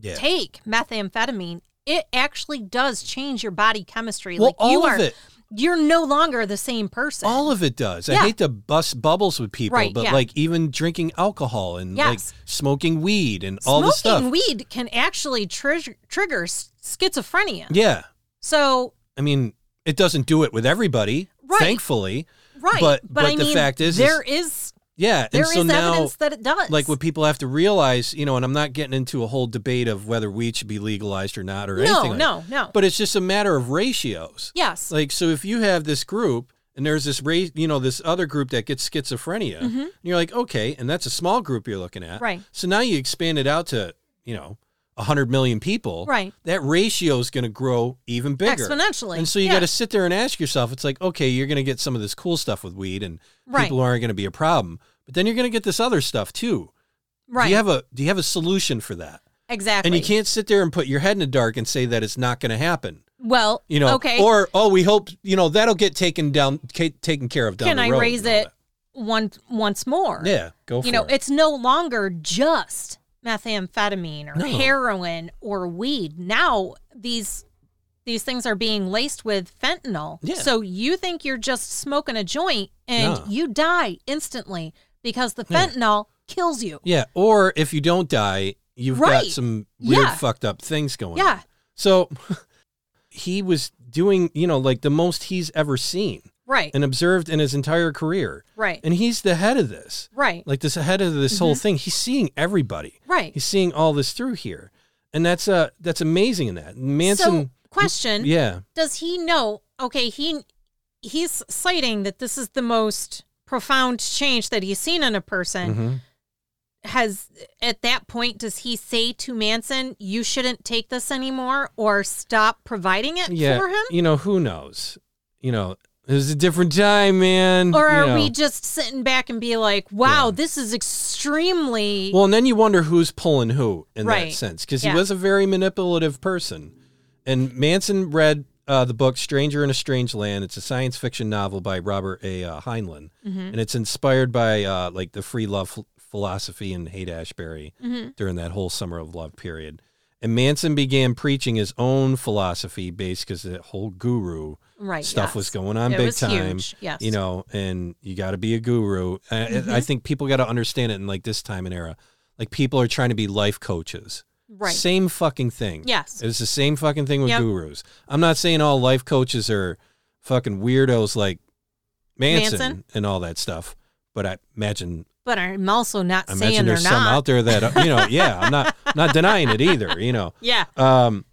Speaker 1: Yeah.
Speaker 2: take methamphetamine, it actually does change your body chemistry.
Speaker 1: Well,
Speaker 2: like you
Speaker 1: all
Speaker 2: are,
Speaker 1: of it.
Speaker 2: you're no longer the same person.
Speaker 1: All of it does.
Speaker 2: Yeah.
Speaker 1: I hate to bust bubbles with people,
Speaker 2: Right,
Speaker 1: but
Speaker 2: yeah.
Speaker 1: like even drinking alcohol and
Speaker 2: Yes.
Speaker 1: like smoking weed and all
Speaker 2: Smoking
Speaker 1: this stuff.
Speaker 2: weed can actually trigger, trigger s- schizophrenia.
Speaker 1: Yeah.
Speaker 2: So,
Speaker 1: I mean, it doesn't do it with everybody,
Speaker 2: Right.
Speaker 1: thankfully.
Speaker 2: right.
Speaker 1: But- but
Speaker 2: I
Speaker 1: the
Speaker 2: mean,
Speaker 1: fact is-
Speaker 2: there is,
Speaker 1: Yeah,
Speaker 2: there
Speaker 1: and so
Speaker 2: is
Speaker 1: now,
Speaker 2: evidence that it does.
Speaker 1: like what people have to realize, you know, and I'm not getting into a whole debate of whether weed should be legalized or not or
Speaker 2: no,
Speaker 1: anything. like
Speaker 2: no, no.
Speaker 1: But it's just a matter of ratios.
Speaker 2: yes.
Speaker 1: Like, so if you have this group and there's this race, you know, this other group that gets schizophrenia, and you're like, okay, and that's a small group you're looking at,
Speaker 2: Mm-hmm. Right.
Speaker 1: So now you expand it out to, you know. 100 million people,
Speaker 2: Right.
Speaker 1: That ratio is going to grow even bigger
Speaker 2: Exponentially,
Speaker 1: And so you
Speaker 2: yeah.
Speaker 1: got to sit there and ask yourself, it's like, okay, you're going to get some of this cool stuff with weed and
Speaker 2: Right.
Speaker 1: people aren't going to be a problem, but then you're going to get this other stuff too.
Speaker 2: right.
Speaker 1: Do you have a do you have a solution for that?
Speaker 2: Exactly.
Speaker 1: And you can't sit there and put your head in the dark and say that it's not going to happen.
Speaker 2: Well,
Speaker 1: You know,
Speaker 2: okay.
Speaker 1: or oh, we hope you know that'll get taken down, ca- taken care of down
Speaker 2: can
Speaker 1: the
Speaker 2: I
Speaker 1: road
Speaker 2: raise
Speaker 1: and all
Speaker 2: it one once more?
Speaker 1: that. Yeah, go for
Speaker 2: you know,
Speaker 1: it.
Speaker 2: it's no longer just methamphetamine or
Speaker 1: No.
Speaker 2: heroin or weed. Now these these things are being laced with fentanyl.
Speaker 1: Yeah.
Speaker 2: So you think you're just smoking a joint and
Speaker 1: No.
Speaker 2: you die instantly because the
Speaker 1: Yeah.
Speaker 2: fentanyl kills you.
Speaker 1: Yeah, or if you don't die, you've got
Speaker 2: Right.
Speaker 1: some weird
Speaker 2: Yeah.
Speaker 1: fucked up things going on.
Speaker 2: Yeah.
Speaker 1: So he was doing, you know, like the most he's ever seen
Speaker 2: Right.
Speaker 1: and observed in his entire career.
Speaker 2: right.
Speaker 1: And he's the head of this.
Speaker 2: right.
Speaker 1: Like this head of this whole thing. He's seeing everybody.
Speaker 2: Mm-hmm. right.
Speaker 1: He's seeing all this through here. And that's uh that's amazing in that. Manson
Speaker 2: so question
Speaker 1: Yeah.
Speaker 2: does he know okay he he's citing that this is the most profound change that he's seen in a person
Speaker 1: Mhm.
Speaker 2: has at that point does he say to manson you shouldn't take this anymore or stop providing it
Speaker 1: Yeah.
Speaker 2: for him
Speaker 1: You know, who knows? You know, it was a different time, man.
Speaker 2: or
Speaker 1: you
Speaker 2: are
Speaker 1: know.
Speaker 2: we just sitting back and be like wow this is extremely
Speaker 1: Well, and then you wonder who's pulling who in that
Speaker 2: Right.
Speaker 1: sense because
Speaker 2: Yeah.
Speaker 1: he was a very manipulative person. And Manson read uh, the book Stranger in a Strange Land. It's a science fiction novel by Robert A. Uh, Heinlein,
Speaker 2: Mm-hmm.
Speaker 1: and it's inspired by uh, like the free love ph- philosophy and Haight Ashbury
Speaker 2: Mm-hmm.
Speaker 1: during that whole summer of love period. And Manson began preaching his own philosophy based because the whole guru
Speaker 2: right
Speaker 1: stuff
Speaker 2: yes.
Speaker 1: was going on
Speaker 2: It
Speaker 1: big
Speaker 2: was
Speaker 1: time.
Speaker 2: huge, yes. Mm-hmm.
Speaker 1: You know, and you got to be a guru. I, I- I think people got to understand it in like this time and era. Like people are trying to be life coaches.
Speaker 2: right
Speaker 1: Same fucking thing.
Speaker 2: yes
Speaker 1: It's the same fucking thing with
Speaker 2: Yep.
Speaker 1: gurus. I'm not saying all life coaches are fucking weirdos like Manson,
Speaker 2: Manson?
Speaker 1: and all that stuff. But I imagine
Speaker 2: but i'm also not
Speaker 1: I
Speaker 2: saying
Speaker 1: imagine
Speaker 2: they're
Speaker 1: there's some
Speaker 2: not
Speaker 1: out there that uh, you know, yeah, I'm not not denying it either, you know.
Speaker 2: yeah
Speaker 1: Um,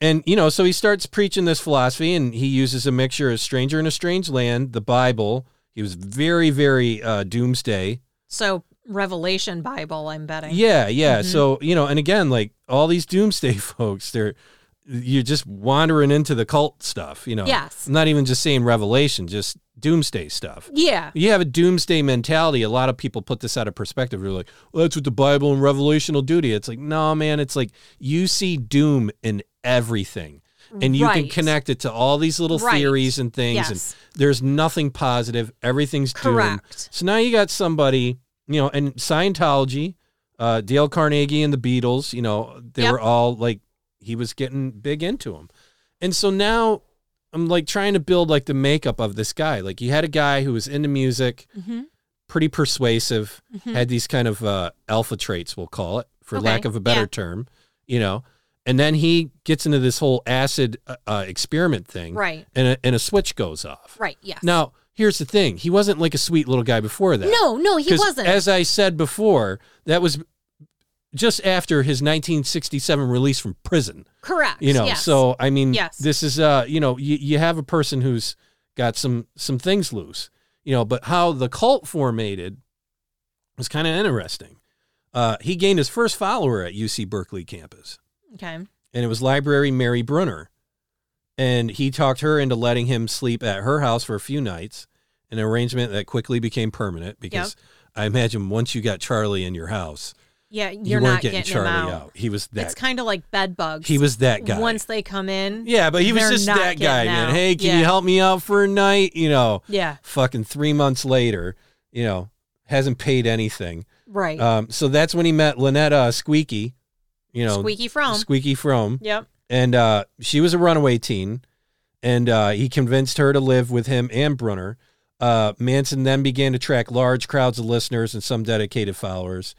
Speaker 1: and you know, so he starts preaching this philosophy, and he uses a mixture of "Stranger in a Strange Land," the Bible. He was very, very uh, doomsday.
Speaker 2: so revelation bible i'm betting
Speaker 1: Yeah, yeah. So you know, and again, like all these doomsday folks, they're you're just wandering into the cult stuff. You know,
Speaker 2: Yes.
Speaker 1: I'm not even just saying Revelation, just doomsday stuff.
Speaker 2: yeah
Speaker 1: You have a doomsday mentality. A lot of people put this out of perspective. They're like, well, that's what the Bible and Revelation will do to you. It's like, no, man, it's like you see doom in everything. And you can
Speaker 2: Right.
Speaker 1: connect it to all these little
Speaker 2: Right.
Speaker 1: theories and things.
Speaker 2: Yes.
Speaker 1: And there's nothing positive. Everything's doom.
Speaker 2: Correct.
Speaker 1: So now you got somebody, you know, and Scientology, uh, Dale Carnegie and the Beatles, you know, they
Speaker 2: Yep.
Speaker 1: were all like, he was getting big into them. And so now I'm like trying to build like the makeup of this guy. Like you had a guy who was into music,
Speaker 2: Mhm.
Speaker 1: pretty persuasive, had these kind of uh, alpha traits, we'll call it, for
Speaker 2: Mm-hmm. Okay,
Speaker 1: lack of a better
Speaker 2: yeah.
Speaker 1: term, you know. And then he gets into this whole acid uh, uh, experiment thing,
Speaker 2: Right.
Speaker 1: And a, and a switch goes off.
Speaker 2: right yes
Speaker 1: Now here's the thing: he wasn't like a sweet little guy before that.
Speaker 2: no no he
Speaker 1: 'Cause
Speaker 2: wasn't
Speaker 1: As I said before, that was just after his 1967 release from prison.
Speaker 2: correct
Speaker 1: You know,
Speaker 2: yes.
Speaker 1: so I mean,
Speaker 2: Yes.
Speaker 1: this is uh, you know, you, you have a person who's got some some things loose, you know, but how the cult formated was kind of interesting. Uh, he gained his first follower at UC Berkeley campus,
Speaker 2: okay
Speaker 1: and it was library Mary Brunner, and he talked her into letting him sleep at her house for a few nights, an arrangement that quickly became permanent because. I imagine once you got Charlie in your house,
Speaker 2: yeah
Speaker 1: you
Speaker 2: you're
Speaker 1: weren't
Speaker 2: not
Speaker 1: getting,
Speaker 2: getting,
Speaker 1: Charlie
Speaker 2: him out,
Speaker 1: He was
Speaker 2: it's
Speaker 1: that.
Speaker 2: kind of like bed bugs
Speaker 1: He was that guy.
Speaker 2: once they come in
Speaker 1: Yeah, but he was
Speaker 2: They're
Speaker 1: just
Speaker 2: not
Speaker 1: that guy,
Speaker 2: getting
Speaker 1: man.
Speaker 2: out.
Speaker 1: Hey, can you
Speaker 2: Yeah.
Speaker 1: help me out for a night? You know,
Speaker 2: yeah
Speaker 1: fucking three months later, you know, hasn't paid anything.
Speaker 2: right
Speaker 1: Um, so that's when he met Lynetta Squeaky, you know,
Speaker 2: squeaky from
Speaker 1: Squeaky Frome.
Speaker 2: yep
Speaker 1: And uh, she was a runaway teen, and uh, he convinced her to live with him and Brunner. Uh, Manson then began to track large crowds of listeners and some dedicated followers.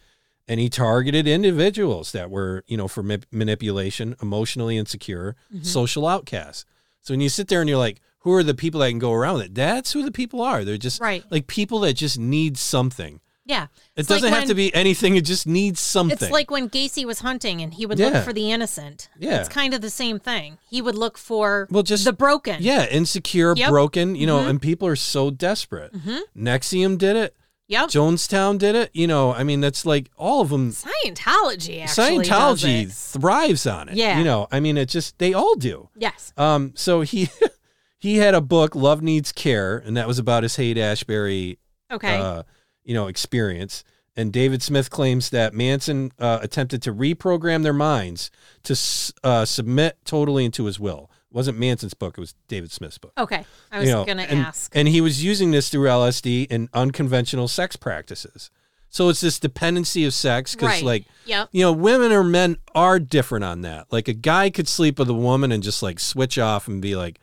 Speaker 1: And he targeted individuals that were, you know, for ma- manipulation, emotionally insecure,
Speaker 2: Mm-hmm.
Speaker 1: social outcasts. So when you sit there and you're like, who are the people that can go around with it? That's who the people are. They're just
Speaker 2: Right.
Speaker 1: like people that just need something.
Speaker 2: yeah
Speaker 1: It
Speaker 2: It's like
Speaker 1: doesn't have
Speaker 2: when-
Speaker 1: to be anything. It just needs something.
Speaker 2: it's like when Gacy was hunting and he would
Speaker 1: Yeah.
Speaker 2: look for the innocent.
Speaker 1: Yeah.
Speaker 2: It's kind of the same thing. He would look for
Speaker 1: Well, just-
Speaker 2: the broken.
Speaker 1: Yeah, insecure,
Speaker 2: Yep. Mm-hmm.
Speaker 1: broken, you know, and people are so desperate. Nexium did it.
Speaker 2: Yep.
Speaker 1: Jonestown did it. You know, I mean, that's like all of them.
Speaker 2: Scientology actually. does
Speaker 1: Scientology
Speaker 2: it.
Speaker 1: thrives on it.
Speaker 2: Yeah.
Speaker 1: You know, I mean, it just, they all do.
Speaker 2: Yes.
Speaker 1: Um, so he, he had a book, Love Needs Care, and that was about his Haight Ashbury,
Speaker 2: Okay.
Speaker 1: uh, you know, experience. And David Smith claims that Manson uh, attempted to reprogram their minds to s- uh, submit totally into his will. It wasn't Manson's book, it was David Smith's book.
Speaker 2: Okay. I was
Speaker 1: You know,
Speaker 2: going to
Speaker 1: and,
Speaker 2: ask.
Speaker 1: And he was using this through LSD and unconventional sex practices. So it's this dependency of sex because,
Speaker 2: Right.
Speaker 1: like,
Speaker 2: Yep.
Speaker 1: you know, women or men are different on that. Like, a guy could sleep with a woman and just like switch off and be like,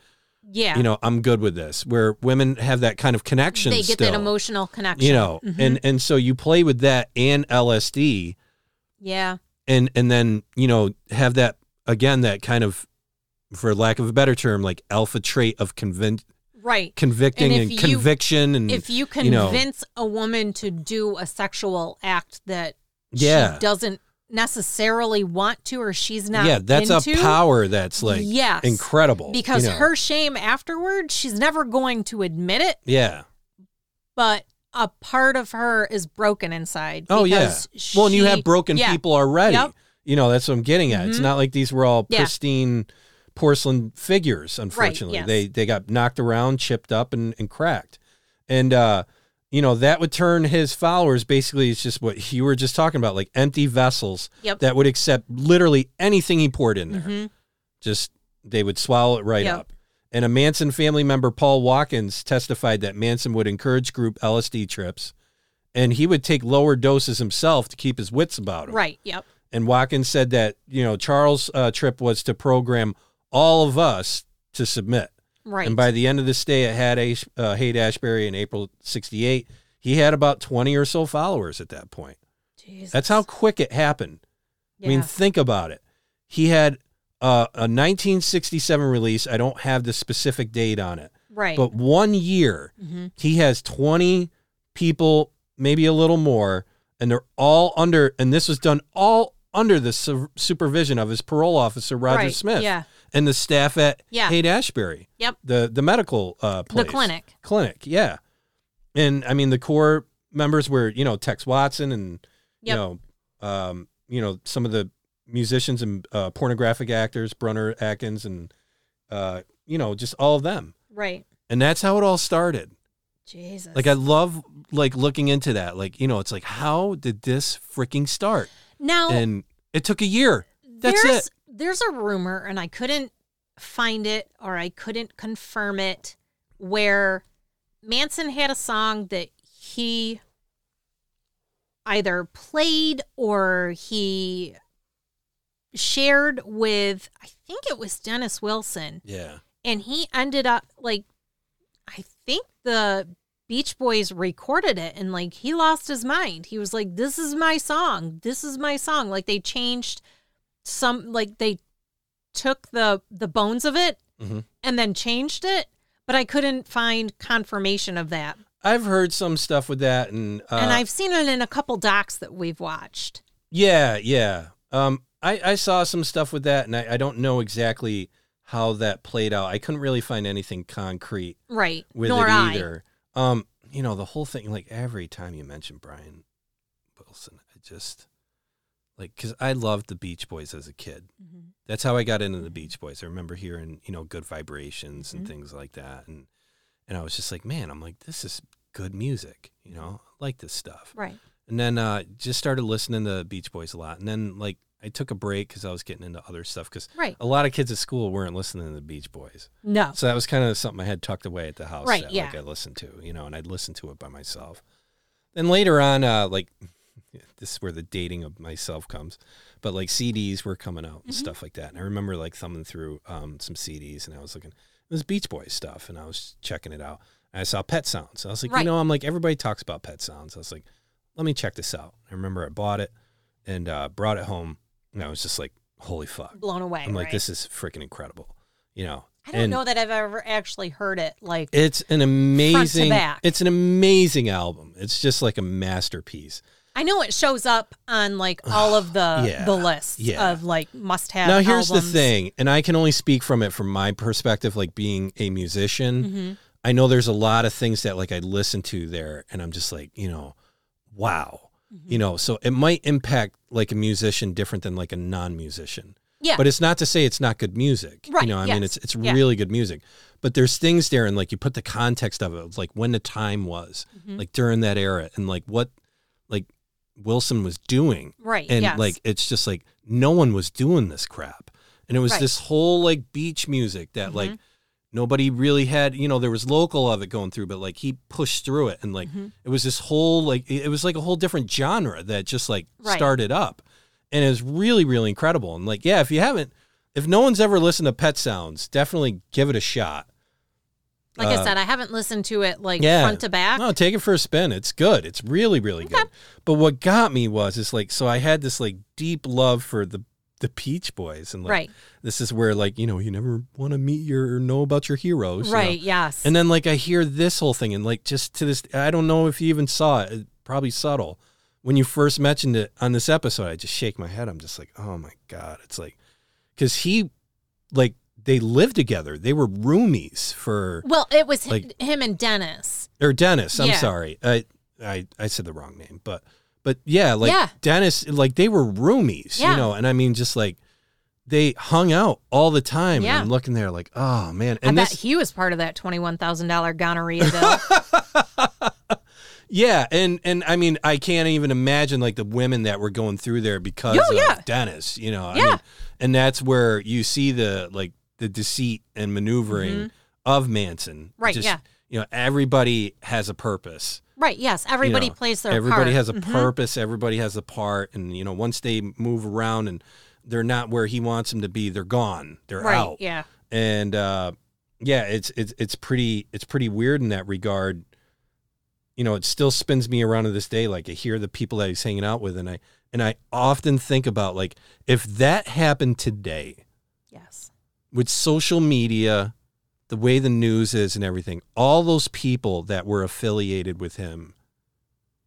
Speaker 2: Yeah.
Speaker 1: you know, I'm good with this. Where women have that kind of connection.
Speaker 2: they get
Speaker 1: still,
Speaker 2: that emotional connection.
Speaker 1: You know,
Speaker 2: Mhm.
Speaker 1: and and so you play with that and LSD,
Speaker 2: yeah.
Speaker 1: and and then you know have that again that kind of, for lack of a better term, like alpha trait of convin-
Speaker 2: Right.
Speaker 1: convicting
Speaker 2: And
Speaker 1: and,
Speaker 2: if you-
Speaker 1: conviction and
Speaker 2: if you
Speaker 1: Mm, you know-
Speaker 2: convince a woman to do a sexual act that
Speaker 1: Yeah.
Speaker 2: she doesn't necessarily want to or she's not
Speaker 1: yeah, that's
Speaker 2: into,
Speaker 1: a power that's like
Speaker 2: Yes.
Speaker 1: incredible
Speaker 2: because
Speaker 1: you know.
Speaker 2: her shame afterward she's never going to admit it
Speaker 1: yeah
Speaker 2: but a part of her is broken inside
Speaker 1: oh yeah
Speaker 2: because
Speaker 1: well and you
Speaker 2: she-
Speaker 1: have broken
Speaker 2: yeah,
Speaker 1: people already
Speaker 2: Yep.
Speaker 1: you know that's what I'm getting at it's
Speaker 2: Mhm.
Speaker 1: not like these were all
Speaker 2: Yeah.
Speaker 1: pristine porcelain figures unfortunately
Speaker 2: yes.
Speaker 1: they they got knocked around chipped up and, and cracked and uh you know that would turn his followers basically it's just what you were just talking about like empty vessels
Speaker 2: Yep.
Speaker 1: that would accept literally anything he poured in there
Speaker 2: Mhm.
Speaker 1: just they would swallow it right
Speaker 2: Yep.
Speaker 1: up. And a Manson family member, Paul Watkins, testified that Manson would encourage group LSD trips, and he would take lower doses himself to keep his wits about him.
Speaker 2: right yep
Speaker 1: And Watkins said that you know Charles' uh, trip was to program all of us to submit.
Speaker 2: right
Speaker 1: And by the end of the stay at Had Ash, uh, Haight Ashbury in April '68, he had about 20 or so followers at that point.
Speaker 2: Jesus.
Speaker 1: That's how quick it happened. I mean,
Speaker 2: Yeah.
Speaker 1: think about it. He had uh, a 1967 release. I don't have the specific date on it,
Speaker 2: right
Speaker 1: but one year
Speaker 2: Mhm.
Speaker 1: he has 20 people, maybe a little more, and they're all under. And this was done all under the su- supervision of his parole officer, Roger
Speaker 2: Right,
Speaker 1: Smith,
Speaker 2: yeah
Speaker 1: and the staff at
Speaker 2: Yeah.
Speaker 1: Haight Ashbury,
Speaker 2: yep
Speaker 1: the the medical uh, place,
Speaker 2: the clinic
Speaker 1: clinic, yeah. And I mean, the core members were you know Tex Watson and you
Speaker 2: yep
Speaker 1: know, um, you know, some of the musicians and uh, pornographic actors, Brunner Atkins, and uh, you know, just all of them.
Speaker 2: right
Speaker 1: And that's how it all started.
Speaker 2: Jesus
Speaker 1: Like I love like looking into that. Like you know, it's like how did this freaking start?
Speaker 2: now
Speaker 1: And it took a year. That's
Speaker 2: there's,
Speaker 1: it.
Speaker 2: There's a rumor, and I couldn't find it or I couldn't confirm it, where Manson had a song that he either played or he shared with, I think it was Dennis Wilson,
Speaker 1: Yeah.
Speaker 2: and he ended up like, I think the. Beach Boys recorded it and like he lost his mind. He was like, This is my song. This is my song. Like they changed some like they took the the bones of it
Speaker 1: Mhm.
Speaker 2: and then changed it but i couldn't find confirmation of that
Speaker 1: I've heard some stuff with that, and uh,
Speaker 2: and i've seen it in a couple docs that we've watched
Speaker 1: Yeah, yeah. Um, I, I saw some stuff with that, and I, I don't know exactly how that played out. I couldn't really find anything concrete
Speaker 2: right
Speaker 1: with
Speaker 2: nor
Speaker 1: it
Speaker 2: i
Speaker 1: either. Um, you know, the whole thing, like every time you mention Brian Wilson, I just like because I loved the Beach Boys as a kid.
Speaker 2: Mhm.
Speaker 1: That's how I got into the Beach Boys. I remember hearing, you know, good vibrations
Speaker 2: Mm-hmm.
Speaker 1: and things like that. And and I was just like, man, I'm like, this is good music, you know, I like this stuff.
Speaker 2: right
Speaker 1: And then uh, just started listening to Beach Boys a lot. And then like I took a break because I was getting into other stuff because
Speaker 2: right
Speaker 1: a lot of kids at school weren't listening to the Beach Boys.
Speaker 2: no
Speaker 1: So that was kind of something I had tucked away at the house
Speaker 2: Right,
Speaker 1: that like
Speaker 2: yeah.
Speaker 1: I listened to, you know, and I'd listen to it by myself. Then later on, uh, like this is where the dating of myself comes, but like CDs were coming out and
Speaker 2: Mm-hmm.
Speaker 1: stuff like that. And I remember like thumbing through um, some CDs and I was looking, it was Beach Boys stuff and I was checking it out. And I saw Pet Sounds. I was like,
Speaker 2: Right.
Speaker 1: you know, I'm like, everybody talks about Pet Sounds. I was like, let me check this out. I remember I bought it and uh, brought it home and I was just like, holy fuck.
Speaker 2: blown away
Speaker 1: I'm like,
Speaker 2: right?
Speaker 1: this is freaking incredible, you know.
Speaker 2: i don't
Speaker 1: and-
Speaker 2: know that i've ever actually heard it like
Speaker 1: it's an amazing.
Speaker 2: back.
Speaker 1: It's an amazing album. It's just like a masterpiece.
Speaker 2: i know it shows up on like all of the
Speaker 1: Yeah,
Speaker 2: the lists
Speaker 1: yeah.
Speaker 2: of like must have
Speaker 1: now here's
Speaker 2: albums.
Speaker 1: the thing, and I can only speak from it from my perspective, like being a musician.
Speaker 2: Mhm.
Speaker 1: I know there's a lot of things that like I listen to there, and I'm just like, you know, wow, you know. So it might impact like a musician different than like a non-musician.
Speaker 2: yeah
Speaker 1: But it's not to say it's not good music.
Speaker 2: Right,
Speaker 1: You know, I mean,
Speaker 2: yes.
Speaker 1: it's it's
Speaker 2: Yeah.
Speaker 1: really good music. But there's things there, and like you put the
Speaker 2: Mm-hmm.
Speaker 1: context of it, of, like when the time was, like during that era, and like what, like Wilson was doing.
Speaker 2: Right.
Speaker 1: And
Speaker 2: yes.
Speaker 1: like it's just like no one was doing this crap. And it was
Speaker 2: Right. Mm-hmm.
Speaker 1: this whole like beach music that like nobody really had, you know, there was local of it going through, but like he pushed through it and like
Speaker 2: Mm-hmm.
Speaker 1: it was this whole like it it was like a whole different genre that just like
Speaker 2: Right.
Speaker 1: started up. And it was really, really incredible. And like, yeah, if you haven't if no one's ever listened to Pet Sounds, definitely give it a shot.
Speaker 2: like
Speaker 1: uh,
Speaker 2: I said, I haven't listened to it like
Speaker 1: Yeah.
Speaker 2: front to back.
Speaker 1: No, take it for a spin. It's good. It's really, really good. But what got me was it's like so I had this like deep love for the the Peach Boys and like
Speaker 2: right.
Speaker 1: this is where like, you know, you never want to meet your or know about your heroes. you know?
Speaker 2: Right. Yes.
Speaker 1: And then like I hear this whole thing and like just to this I don't know if you even saw it, it probably subtle. When you first mentioned it on this episode, I just shake my head. I'm just like, oh my God. It's like cause he like they lived together. They were roomies for
Speaker 2: well, it was hi-
Speaker 1: like-
Speaker 2: him and Dennis.
Speaker 1: or Dennis. I'm
Speaker 2: Yeah.
Speaker 1: sorry, I, I I said the wrong name, but but yeah, like
Speaker 2: Yeah.
Speaker 1: Dennis, like they were roomies, you
Speaker 2: Yeah.
Speaker 1: know, and I mean just like they hung out all the time.
Speaker 2: Yeah.
Speaker 1: And I'm looking there like, oh man,
Speaker 2: I
Speaker 1: and
Speaker 2: bet
Speaker 1: this,
Speaker 2: he was part of that twenty-one thousand dollar gonorrhea bill.
Speaker 1: yeah, and and I mean I can't even imagine like the women that were going through there because
Speaker 2: Oh,
Speaker 1: of
Speaker 2: yeah.
Speaker 1: Dennis, you know, I
Speaker 2: Yeah.
Speaker 1: mean, and that's where you see the like the deceit and maneuvering of Manson,
Speaker 2: Mm-hmm. Right,
Speaker 1: Just,
Speaker 2: yeah.
Speaker 1: You know, everybody has a purpose.
Speaker 2: right. Yes. Everybody
Speaker 1: know,
Speaker 2: plays their
Speaker 1: everybody
Speaker 2: part.
Speaker 1: has a
Speaker 2: Mhm.
Speaker 1: purpose everybody has a part and you know once they move around and they're not where he wants them to be they're gone they're
Speaker 2: Right.
Speaker 1: out
Speaker 2: Yeah.
Speaker 1: and uh yeah it's it's it's pretty it's pretty weird in that regard you know it still spins me around to this day like i hear the people that he's hanging out with and i and i often think about like if that happened today
Speaker 2: Yes.
Speaker 1: with social media, the way the news is and everything, all those people that were affiliated with him,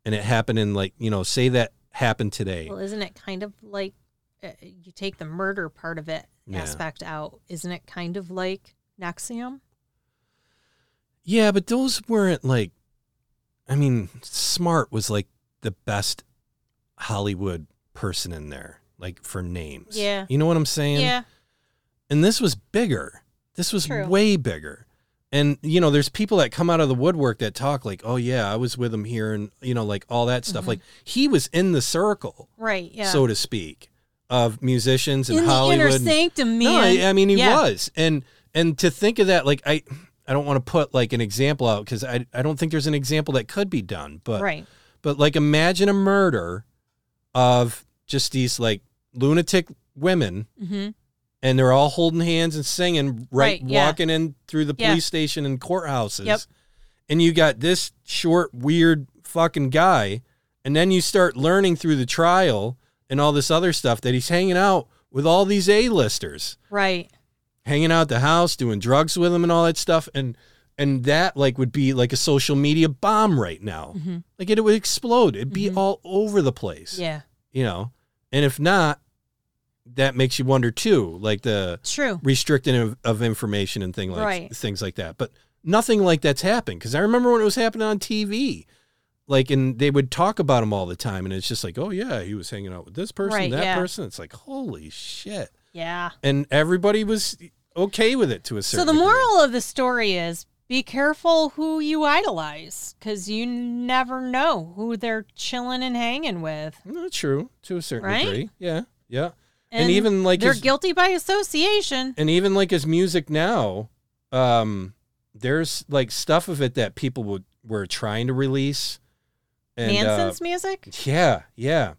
Speaker 1: and it happened in like you know, say that happened today.
Speaker 2: Well, isn't it kind of like uh, you take the murder part of it
Speaker 1: Yeah.
Speaker 2: aspect out? Isn't it kind of like Nexium?
Speaker 1: Yeah, but those weren't like, I mean, Smart was like the best Hollywood person in there, like for names.
Speaker 2: Yeah.
Speaker 1: you know what I'm saying?
Speaker 2: yeah.
Speaker 1: and this was bigger. This was
Speaker 2: True.
Speaker 1: way bigger. And you know, there's people that come out of the woodwork that talk like, "Oh yeah, I was with him here," and you know, like all that stuff. Like he was in the circle,
Speaker 2: Right. Mm-hmm. Yeah.
Speaker 1: so to speak, of musicians and
Speaker 2: in the
Speaker 1: Hollywood.
Speaker 2: inner
Speaker 1: and-
Speaker 2: sanctum,
Speaker 1: no,
Speaker 2: man.
Speaker 1: I, I mean he
Speaker 2: Yeah.
Speaker 1: was, and and to think of that, like I, I don't want to put like an example out because I I don't think there's an example that could be done, but
Speaker 2: Right.
Speaker 1: but like imagine a murder of just these like lunatic women
Speaker 2: Mm-hmm.
Speaker 1: and they're all holding hands and singing, right?
Speaker 2: Right, yeah.
Speaker 1: Walking in through the
Speaker 2: Yeah.
Speaker 1: police station and courthouses.
Speaker 2: Yep.
Speaker 1: And you got this short, weird fucking guy. And then you start learning through the trial and all this other stuff that he's hanging out with all these A-listers,
Speaker 2: Right.
Speaker 1: hanging out at the house, doing drugs with them and all that stuff. And and that like would be like a social media bomb right now. Like it, would explode. It'd be all over the place.
Speaker 2: Mm-hmm. Yeah.
Speaker 1: You know? And if not, that makes you wonder too. Like the
Speaker 2: True.
Speaker 1: restricting of, of information and thing like
Speaker 2: Right.
Speaker 1: things like that. But nothing like that's happened because I remember when it was happening on TV, like and they would talk about him all the time, and it's just like, oh yeah, he was hanging out with this person,
Speaker 2: Right,
Speaker 1: that
Speaker 2: yeah.
Speaker 1: person. It's like holy shit,
Speaker 2: Yeah.
Speaker 1: and everybody was okay with it to a
Speaker 2: So
Speaker 1: certain.
Speaker 2: the
Speaker 1: degree.
Speaker 2: moral of the story is be careful who you idolize because you never know who they're chilling and hanging with.
Speaker 1: No, Mm, true to a certain
Speaker 2: Right?
Speaker 1: degree, yeah, yeah, and, even like
Speaker 2: they're
Speaker 1: his,
Speaker 2: guilty by association.
Speaker 1: and even like his music now, um, there's like stuff of it that people would were trying to release. And, uh,
Speaker 2: Manson's music?
Speaker 1: Yeah, yeah.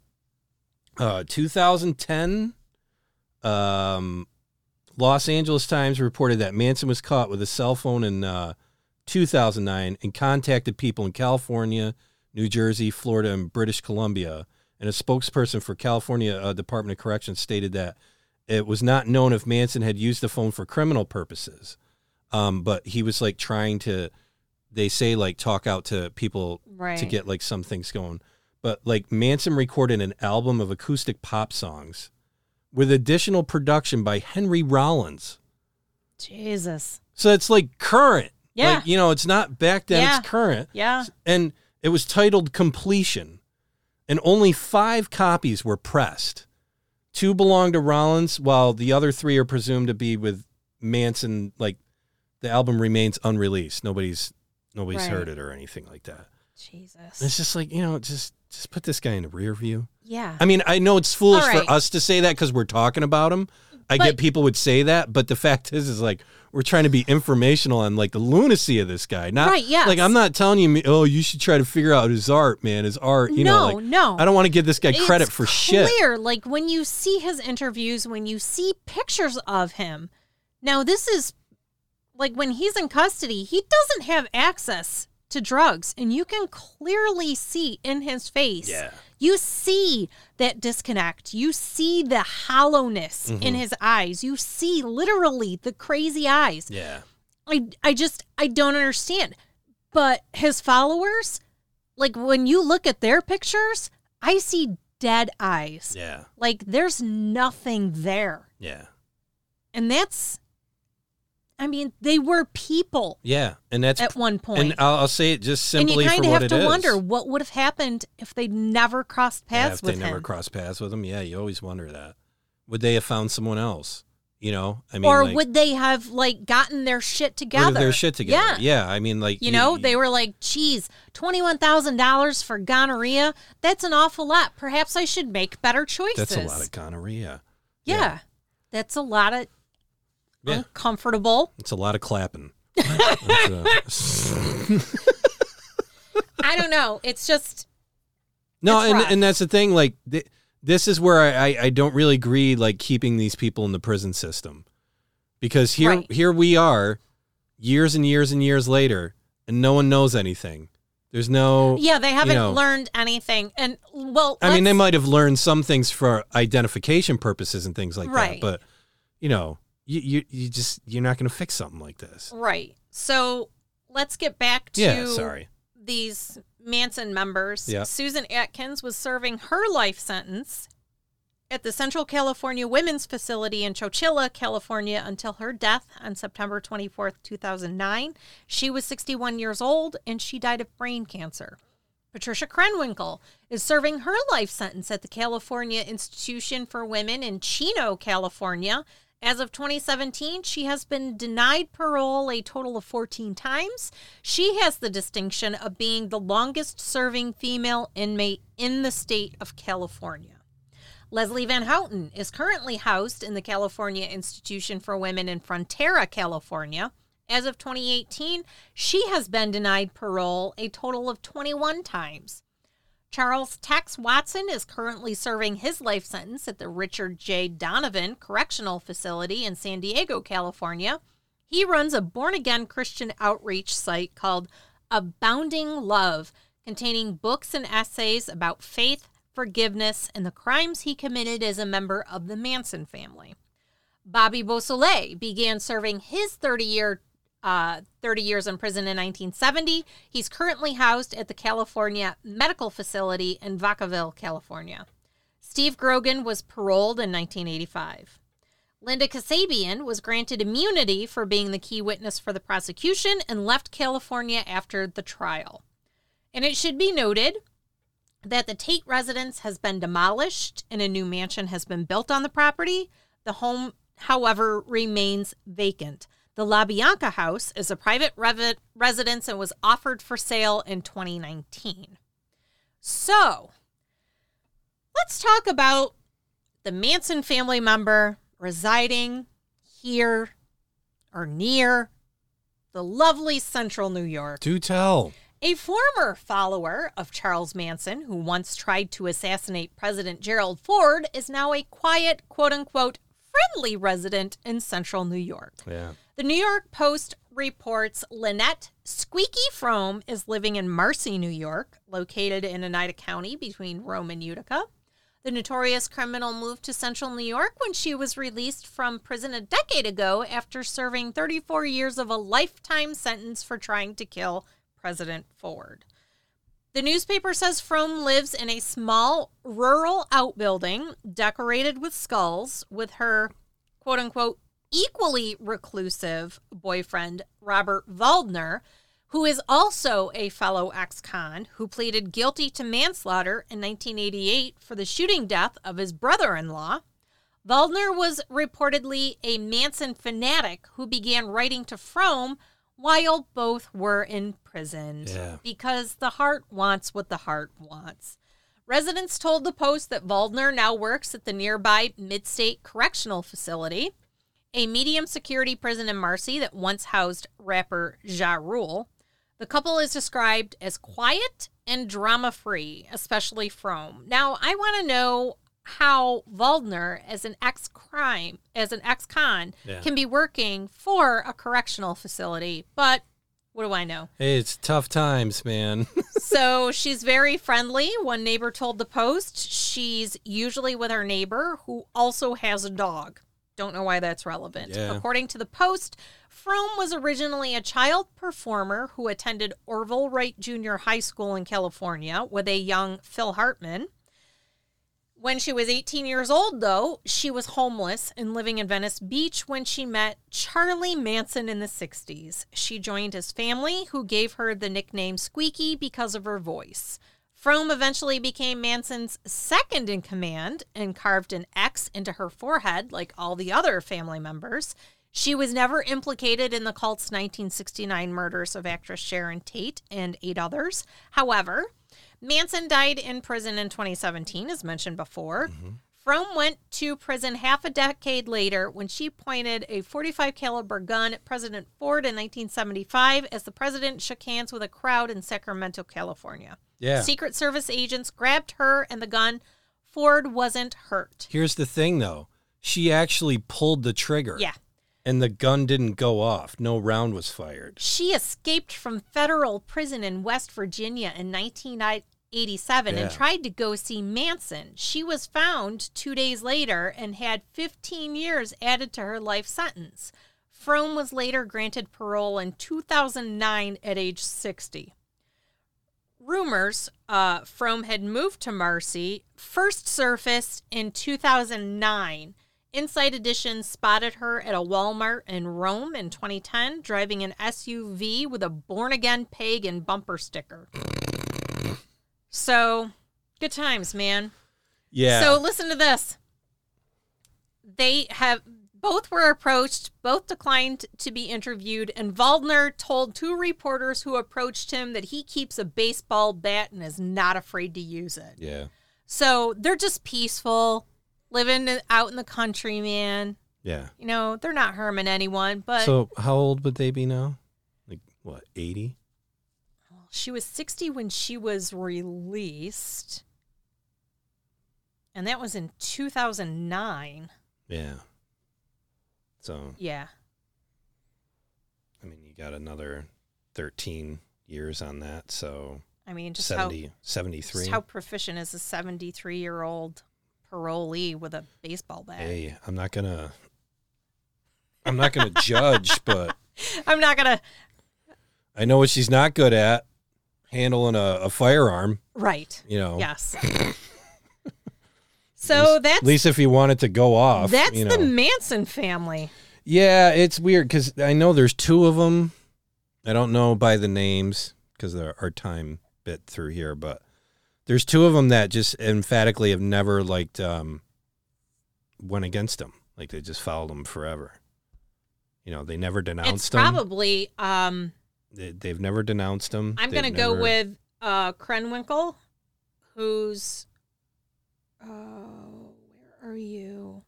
Speaker 1: Uh, 2010, um, Los Angeles Times reported that Manson was caught with a cell phone in uh, 2009 and contacted people in California, New Jersey, Florida, and British Columbia. And a spokesperson for California uh, Department of Corrections stated that it was not known if Manson had used the phone for criminal purposes, um, but he was like trying to, they say, like talk out to people
Speaker 2: Right.
Speaker 1: to get like some things going. But like Manson recorded an album of acoustic pop songs with additional production by Henry Rollins.
Speaker 2: Jesus.
Speaker 1: So it's like current.
Speaker 2: Yeah.
Speaker 1: Like, you know, it's not back then,
Speaker 2: Yeah.
Speaker 1: it's current.
Speaker 2: Yeah.
Speaker 1: And it was titled Completion. And only five copies were pressed. Two belonged to Rollins, while the other three are presumed to be with Manson. Like the album remains unreleased. Nobody's nobody's
Speaker 2: Right.
Speaker 1: heard it or anything like that.
Speaker 2: Jesus.
Speaker 1: It's just like, you know, just just put this guy in the rear view.
Speaker 2: Yeah.
Speaker 1: I mean, I know it's foolish
Speaker 2: All right.
Speaker 1: for us to say that because we're talking about him. I
Speaker 2: But-
Speaker 1: get people would say that, but the fact is, is like we're trying to be informational on like the lunacy of this guy. Not
Speaker 2: Right, yes.
Speaker 1: like I'm not telling you, oh, you should try to figure out his art, man. His art, you
Speaker 2: no,
Speaker 1: know. Like,
Speaker 2: no.
Speaker 1: I don't want to give this guy
Speaker 2: It's
Speaker 1: credit for shit.
Speaker 2: Clear, like when you see his interviews, when you see pictures of him. Now this is like when he's in custody, he doesn't have access to drugs, and you can clearly see in his face.
Speaker 1: Yeah.
Speaker 2: You see that disconnect. You see the hollowness
Speaker 1: Mm-hmm.
Speaker 2: in his eyes. You see literally the crazy eyes.
Speaker 1: Yeah.
Speaker 2: I I just I don't understand. But his followers, like when you look at their pictures, I see dead eyes.
Speaker 1: Yeah.
Speaker 2: Like there's nothing there.
Speaker 1: Yeah.
Speaker 2: And that's I mean, they were people
Speaker 1: Yeah. And that's
Speaker 2: at one point.
Speaker 1: and I'll, I'll say it just
Speaker 2: And you
Speaker 1: simply
Speaker 2: kind
Speaker 1: for
Speaker 2: of
Speaker 1: what
Speaker 2: have
Speaker 1: it
Speaker 2: to
Speaker 1: is.
Speaker 2: wonder what would have happened if they never crossed
Speaker 1: Yeah,
Speaker 2: paths
Speaker 1: if they
Speaker 2: with
Speaker 1: never
Speaker 2: him.
Speaker 1: cross paths with him, yeah, you always wonder that. Would they have found someone else? You know, I mean,
Speaker 2: or
Speaker 1: like,
Speaker 2: would they have like gotten their shit
Speaker 1: what
Speaker 2: together?
Speaker 1: if their shit together?
Speaker 2: Yeah.
Speaker 1: yeah. I mean, like
Speaker 2: You know, they were like, geez, $21,000 for gonorrhea. That's an awful lot. Perhaps I should make better choices.
Speaker 1: That's a lot of gonorrhea.
Speaker 2: Yeah.
Speaker 1: yeah.
Speaker 2: That's a lot of
Speaker 1: Yeah.
Speaker 2: uncomfortable.
Speaker 1: It's a lot of clapping. That's, uh,
Speaker 2: I don't know. It's just,
Speaker 1: no,
Speaker 2: It's
Speaker 1: and
Speaker 2: rough.
Speaker 1: and that's the thing. Like th- this is where I, I I don't really agree like keeping these people in the prison system because here
Speaker 2: Right.
Speaker 1: here we are years and years and years later and no one knows anything. There's no
Speaker 2: yeah, they haven't
Speaker 1: know.
Speaker 2: learned anything. And, well,
Speaker 1: I mean, they
Speaker 2: let's-
Speaker 1: might have learned some things for identification purposes and things like that,
Speaker 2: Right.
Speaker 1: but you know, you, you you just you're not going to fix something like this.
Speaker 2: Right. So let's get back to
Speaker 1: yeah, sorry.
Speaker 2: these Manson members.
Speaker 1: Yeah.
Speaker 2: Susan Atkins was serving her life sentence at the Central California Women's Facility in Chowchilla, California, until her death on September 24th, 2009. She was 61 years old and she died of brain cancer. Patricia Krenwinkel is serving her life sentence at the California Institution for Women in Chino, California. As of 2017, she has been denied parole a total of 14 times. She has the distinction of being the longest serving female inmate in the state of California. Leslie Van Houten is currently housed in the California Institution for Women in Frontera, California. As of 2018, she has been denied parole a total of 21 times. Charles Tex Watson is currently serving his life sentence at the Richard J. Donovan Correctional Facility in San Diego, California. He runs a born again Christian outreach site called Abounding Love, containing books and essays about faith, forgiveness, and the crimes he committed as a member of the Manson family. Bobby Beausoleil began serving his 30 year uh, 30 years in prison in 1970. He's currently housed at the California Medical Facility in Vacaville, California. Steve Grogan was paroled in 1985. Linda Kasabian was granted immunity for being the key witness for the prosecution and left California after the trial. And it should be noted that the Tate residence has been demolished and a new mansion has been built on the property. The home, however, remains vacant. The LaBianca house is a private revi- residence and was offered for sale in 2019. So, let's talk about the Manson family member residing here or near the lovely central New York.
Speaker 1: Do tell.
Speaker 2: A former follower of Charles Manson, who once tried to assassinate President Gerald Ford, is now a quiet, quote unquote, friendly resident in central New York.
Speaker 1: Yeah.
Speaker 2: The New York Post reports Lynette Squeaky Frome is living in Marcy, New York, located in Oneida County between Rome and Utica. The notorious criminal moved to central New York when she was released from prison a decade ago after serving 34 years of a lifetime sentence for trying to kill President Ford. The newspaper says Frome lives in a small rural outbuilding decorated with skulls with her quote unquote equally reclusive boyfriend, Robert Waldner, who is also a fellow ex con who pleaded guilty to manslaughter in 1988 for the shooting death of his brother in law. Waldner was reportedly a Manson fanatic who began writing to Frome while both were in prison
Speaker 1: Yeah.
Speaker 2: because the heart wants what the heart wants. Residents told the Post that Waldner now works at the nearby Midstate Correctional Facility, a medium security prison in Marcy that once housed rapper Ja Rule. The couple is described as quiet and drama free, especially Frome. Now, I want to know how Waldner, as an ex crime, as an ex con,
Speaker 1: Yeah.
Speaker 2: can be working for a correctional facility, but what do I know?
Speaker 1: Hey, it's tough times, man.
Speaker 2: so she's very friendly. One neighbor told the Post she's usually with her neighbor who also has a dog. Don't know why that's relevant.
Speaker 1: Yeah.
Speaker 2: According to the Post, Frome was originally a child performer who attended Orville Wright Junior High School in California with a young Phil Hartman. When she was 18 years old, though, she was homeless and living in Venice Beach when she met Charlie Manson in the 60s. She joined his family, who gave her the nickname Squeaky because of her voice. Frome eventually became Manson's second in command and carved an X into her forehead, like all the other family members. She was never implicated in the cult's 1969 murders of actress Sharon Tate and eight others. However, Manson died in prison in 2017, as mentioned before. Frome went to prison half a decade later when she pointed a 45 caliber gun at President Ford in 1975 as the president shook hands with a crowd in Sacramento, California.
Speaker 1: Yeah.
Speaker 2: Secret Service agents grabbed her and the gun. Ford wasn't hurt.
Speaker 1: Here's the thing, though. She actually pulled the trigger.
Speaker 2: Yeah.
Speaker 1: And the gun didn't go off. No round was fired.
Speaker 2: She escaped from federal prison in West Virginia in 1987 and
Speaker 1: Yeah.
Speaker 2: tried to go see Manson. She was found two days later and had 15 years added to her life sentence. Frome was later granted parole in 2009 at age 60. Rumors uh, Frome had moved to Marcy first surfaced in 2009. Inside Edition spotted her at a Walmart in Rome in 2010, driving an SUV with a born again pagan bumper sticker. So, good times, man.
Speaker 1: Yeah.
Speaker 2: So, listen to this. They have both were approached, both declined to be interviewed, and Waldner told two reporters who approached him that he keeps a baseball bat and is not afraid to use it.
Speaker 1: yeah.
Speaker 2: So, they're just peaceful, living out in the country, man
Speaker 1: Yeah.
Speaker 2: you know, they're not harming anyone, but
Speaker 1: So how old would they be now? Like what, 80?
Speaker 2: she was 60 when she was released. And that was in 2009.
Speaker 1: Yeah. So,
Speaker 2: Yeah.
Speaker 1: I mean, you got another 13 years on that. So
Speaker 2: I mean, just how,
Speaker 1: 70, 73.
Speaker 2: just how proficient is a 73 year old parolee with a baseball bat?
Speaker 1: hey, I'm not going to, I'm not going to judge, but
Speaker 2: I'm not going to.
Speaker 1: I know what she's not good at handling a, a firearm,
Speaker 2: Right.
Speaker 1: you know.
Speaker 2: Yes. so that's
Speaker 1: At least if you want it to go off.
Speaker 2: that's
Speaker 1: you
Speaker 2: the
Speaker 1: know.
Speaker 2: Manson family.
Speaker 1: Yeah, it's weird because I know there's two of them. I don't know by the names because our time bit through here, but there's two of them that just emphatically have never like um, went against him. Like they just followed him forever. You know, they never
Speaker 2: It's
Speaker 1: denounced him.
Speaker 2: probably um,
Speaker 1: They, they've never denounced him.
Speaker 2: I'm
Speaker 1: They've
Speaker 2: going to go
Speaker 1: never-
Speaker 2: with uh, Krenwinkel, who's. Oh, where are you?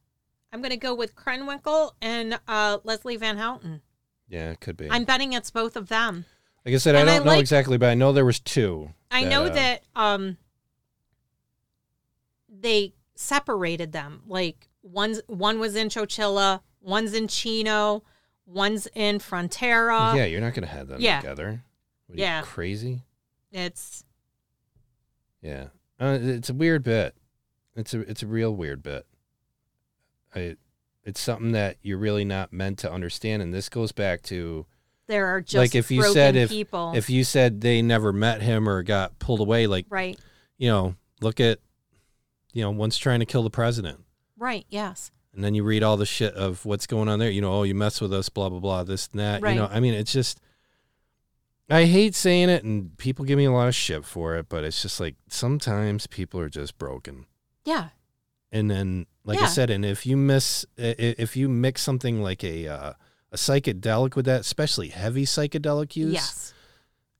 Speaker 2: I'm going to go with Krenwinkel and uh, Leslie Van Houten.
Speaker 1: Yeah, it could be.
Speaker 2: I'm betting it's both of them.
Speaker 1: like I said, I
Speaker 2: and I
Speaker 1: don't know
Speaker 2: like-
Speaker 1: exactly, but I know there was two.
Speaker 2: I know
Speaker 1: uh,
Speaker 2: that um, they separated them. Like one's one was in Chochilla, one's in Chino, one's in Frontera.
Speaker 1: yeah, you're not going to have them
Speaker 2: uh, yeah.
Speaker 1: together. What are
Speaker 2: Yeah.
Speaker 1: you crazy.
Speaker 2: It's
Speaker 1: Yeah, uh, it's a weird bit. It's a it's a real weird bit. I, it's something that you're really not meant to understand, and this goes back to
Speaker 2: there are just
Speaker 1: Like if you
Speaker 2: broken
Speaker 1: said if-
Speaker 2: people,
Speaker 1: if you said they never met him or got pulled away. Like
Speaker 2: right?
Speaker 1: you know, look at you know, one's trying to kill the president,
Speaker 2: Right. Yes.
Speaker 1: and then you read all the shit of what's going on there. You know, oh, you mess with us, blah blah blah, this and that.
Speaker 2: Right.
Speaker 1: You know, I mean, it's just. I hate saying it, and people give me a lot of shit for it, but it's just like sometimes people are just broken.
Speaker 2: Yeah.
Speaker 1: and then like
Speaker 2: Yeah.
Speaker 1: i said and if you miss i- i- if you mix something like a uh, a psychedelic with that especially heavy psychedelic use
Speaker 2: Yes.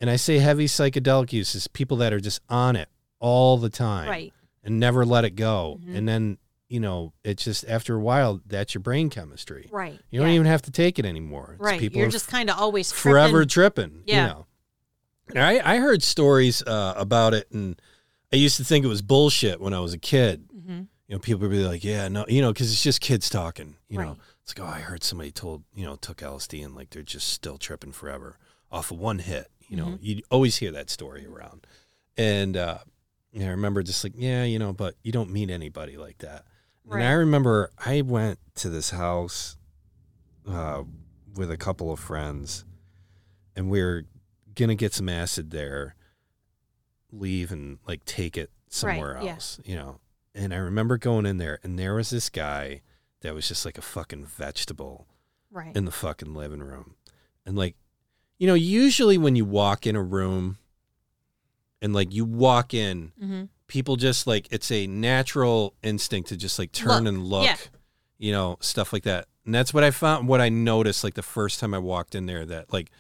Speaker 1: and i say heavy psychedelic use is people that are just on it all the time
Speaker 2: Right.
Speaker 1: and never let it go.
Speaker 2: Mhm.
Speaker 1: And then, you know, it's just after a while, that's your brain chemistry.
Speaker 2: Right.
Speaker 1: You don't
Speaker 2: yeah,
Speaker 1: even have to take it anymore. It's
Speaker 2: right.
Speaker 1: People
Speaker 2: You're
Speaker 1: are
Speaker 2: just kind of always
Speaker 1: forever tripping.
Speaker 2: tripping. Yeah.
Speaker 1: You know. And I, I heard stories uh, about it, and I used to think it was bullshit when I was a kid.
Speaker 2: Mhm.
Speaker 1: You know, people would be like, "Yeah, no," you know, because it's just kids talking. You
Speaker 2: Right.
Speaker 1: know, it's like, "Oh, I heard somebody told you know took LSD and like they're just still tripping forever off of one hit." You know,
Speaker 2: Mm-hmm.
Speaker 1: you always hear that story around, and uh, yeah, I remember just like, "Yeah, you know," but you don't meet anybody like that. And I
Speaker 2: Right.
Speaker 1: remember I went to this house uh, with a couple of friends, and we were gonna get some acid there, leave and like take it somewhere
Speaker 2: yeah.
Speaker 1: else, you know. And I remember going in there, and there was this guy that was just like a fucking vegetable
Speaker 2: Right.
Speaker 1: in the fucking living room, and like, you know, usually when you walk in a room, and like you walk in
Speaker 2: mm-hmm.
Speaker 1: people just like it's a natural instinct to just like turn
Speaker 2: Look,
Speaker 1: and look
Speaker 2: yeah.
Speaker 1: you know stuff like that and that's what i found what i noticed like the first time i walked in there that like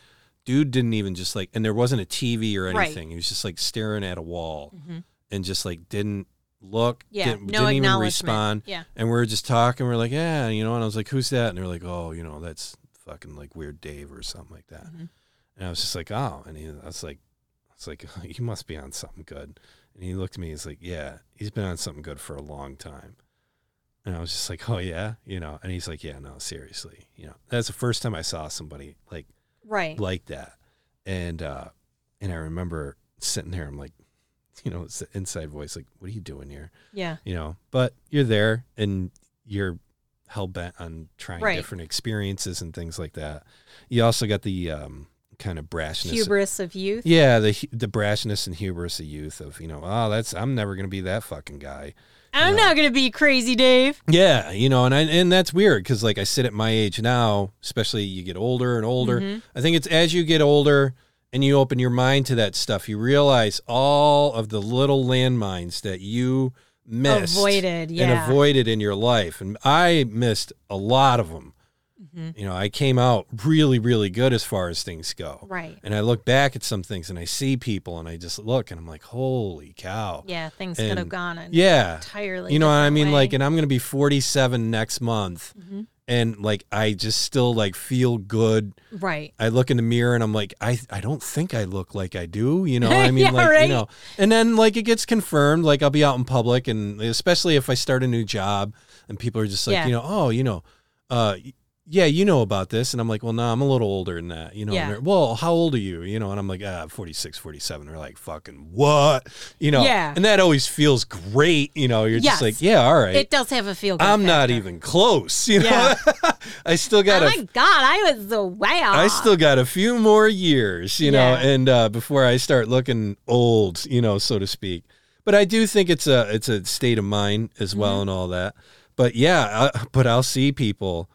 Speaker 1: dude didn't even just like and there wasn't a tv or
Speaker 2: Right.
Speaker 1: anything he was just like staring at a wall
Speaker 2: Mm-hmm.
Speaker 1: and just like didn't look
Speaker 2: Yeah.
Speaker 1: didn't,
Speaker 2: no
Speaker 1: didn't even
Speaker 2: acknowledgement.
Speaker 1: respond
Speaker 2: Yeah.
Speaker 1: and we were just talking we are like yeah you know and i was like who's that and they were like oh you know that's fucking like weird dave or something like that
Speaker 2: Mhm.
Speaker 1: and I was just like, oh. And he, I was like, I was like, you must be on something good. And he looked at me. He's like, yeah, he's been on something good for a long time. And I was just like, oh yeah, you know. And he's like, yeah, no, seriously, you know. That's the first time I saw somebody like
Speaker 2: Right.
Speaker 1: like that. And uh, and I remember sitting there. I'm like, you know, it's the inside voice, like, what are you doing here?
Speaker 2: Yeah.
Speaker 1: You know. But you're there, and you're hell bent on trying
Speaker 2: Right.
Speaker 1: different experiences and things like that. You also got the um, kind of brashness.
Speaker 2: Hubris of youth.
Speaker 1: Yeah, the hu- the brashness and hubris of youth of you know, oh, that's I'm never gonna be that fucking guy.
Speaker 2: I'm
Speaker 1: Yeah.
Speaker 2: not gonna be crazy, Dave.
Speaker 1: Yeah, you know, and I and that's weird because like I sit at my age now, especially you get older and older.
Speaker 2: Mhm.
Speaker 1: I think it's as you get older and you open your mind to that stuff, you realize all of the little landmines that you missed
Speaker 2: Avoided.
Speaker 1: and
Speaker 2: Yeah.
Speaker 1: avoided in your life, and I missed a lot of them.
Speaker 2: Mhm.
Speaker 1: You know, I came out really, really good as far as things go.
Speaker 2: Right.
Speaker 1: and I look back at some things and I see people and I just look and I'm like, holy cow.
Speaker 2: Yeah. Things could have
Speaker 1: And-
Speaker 2: gone an
Speaker 1: Yeah.
Speaker 2: entirely.
Speaker 1: You know what I
Speaker 2: different
Speaker 1: mean?
Speaker 2: way.
Speaker 1: Like, and I'm going to be 47 next month.
Speaker 2: Mhm.
Speaker 1: And like, I just still like feel good.
Speaker 2: Right.
Speaker 1: I look in the mirror and I'm like, I, I don't think I look like I do. You know what I mean?
Speaker 2: Yeah,
Speaker 1: like,
Speaker 2: right.
Speaker 1: you know, and then like it gets confirmed. Like, I'll be out in public and especially if I start a new job and people are just like,
Speaker 2: Yeah.
Speaker 1: you know, oh, you know, uh, yeah, you know about this. And I'm like, well, no, I'm a little older than that, you know.
Speaker 2: Yeah.
Speaker 1: And they're, well, how old are you? You know, and I'm like, ah, 46, 47. They're like, fucking what? You know,
Speaker 2: Yeah.
Speaker 1: and that always feels great. You know, you're just
Speaker 2: Yes.
Speaker 1: like, yeah, all right.
Speaker 2: It does have a feel. good
Speaker 1: I'm not
Speaker 2: factor.
Speaker 1: even close. You know,
Speaker 2: Yeah.
Speaker 1: I still got
Speaker 2: oh
Speaker 1: a,
Speaker 2: my god, I was the way off.
Speaker 1: I still got a few more years, you know,
Speaker 2: Yeah.
Speaker 1: and uh, before I start looking old, you know, so to speak. But I do think it's a it's a state of mind as well and all that. But yeah, I, but I'll see people,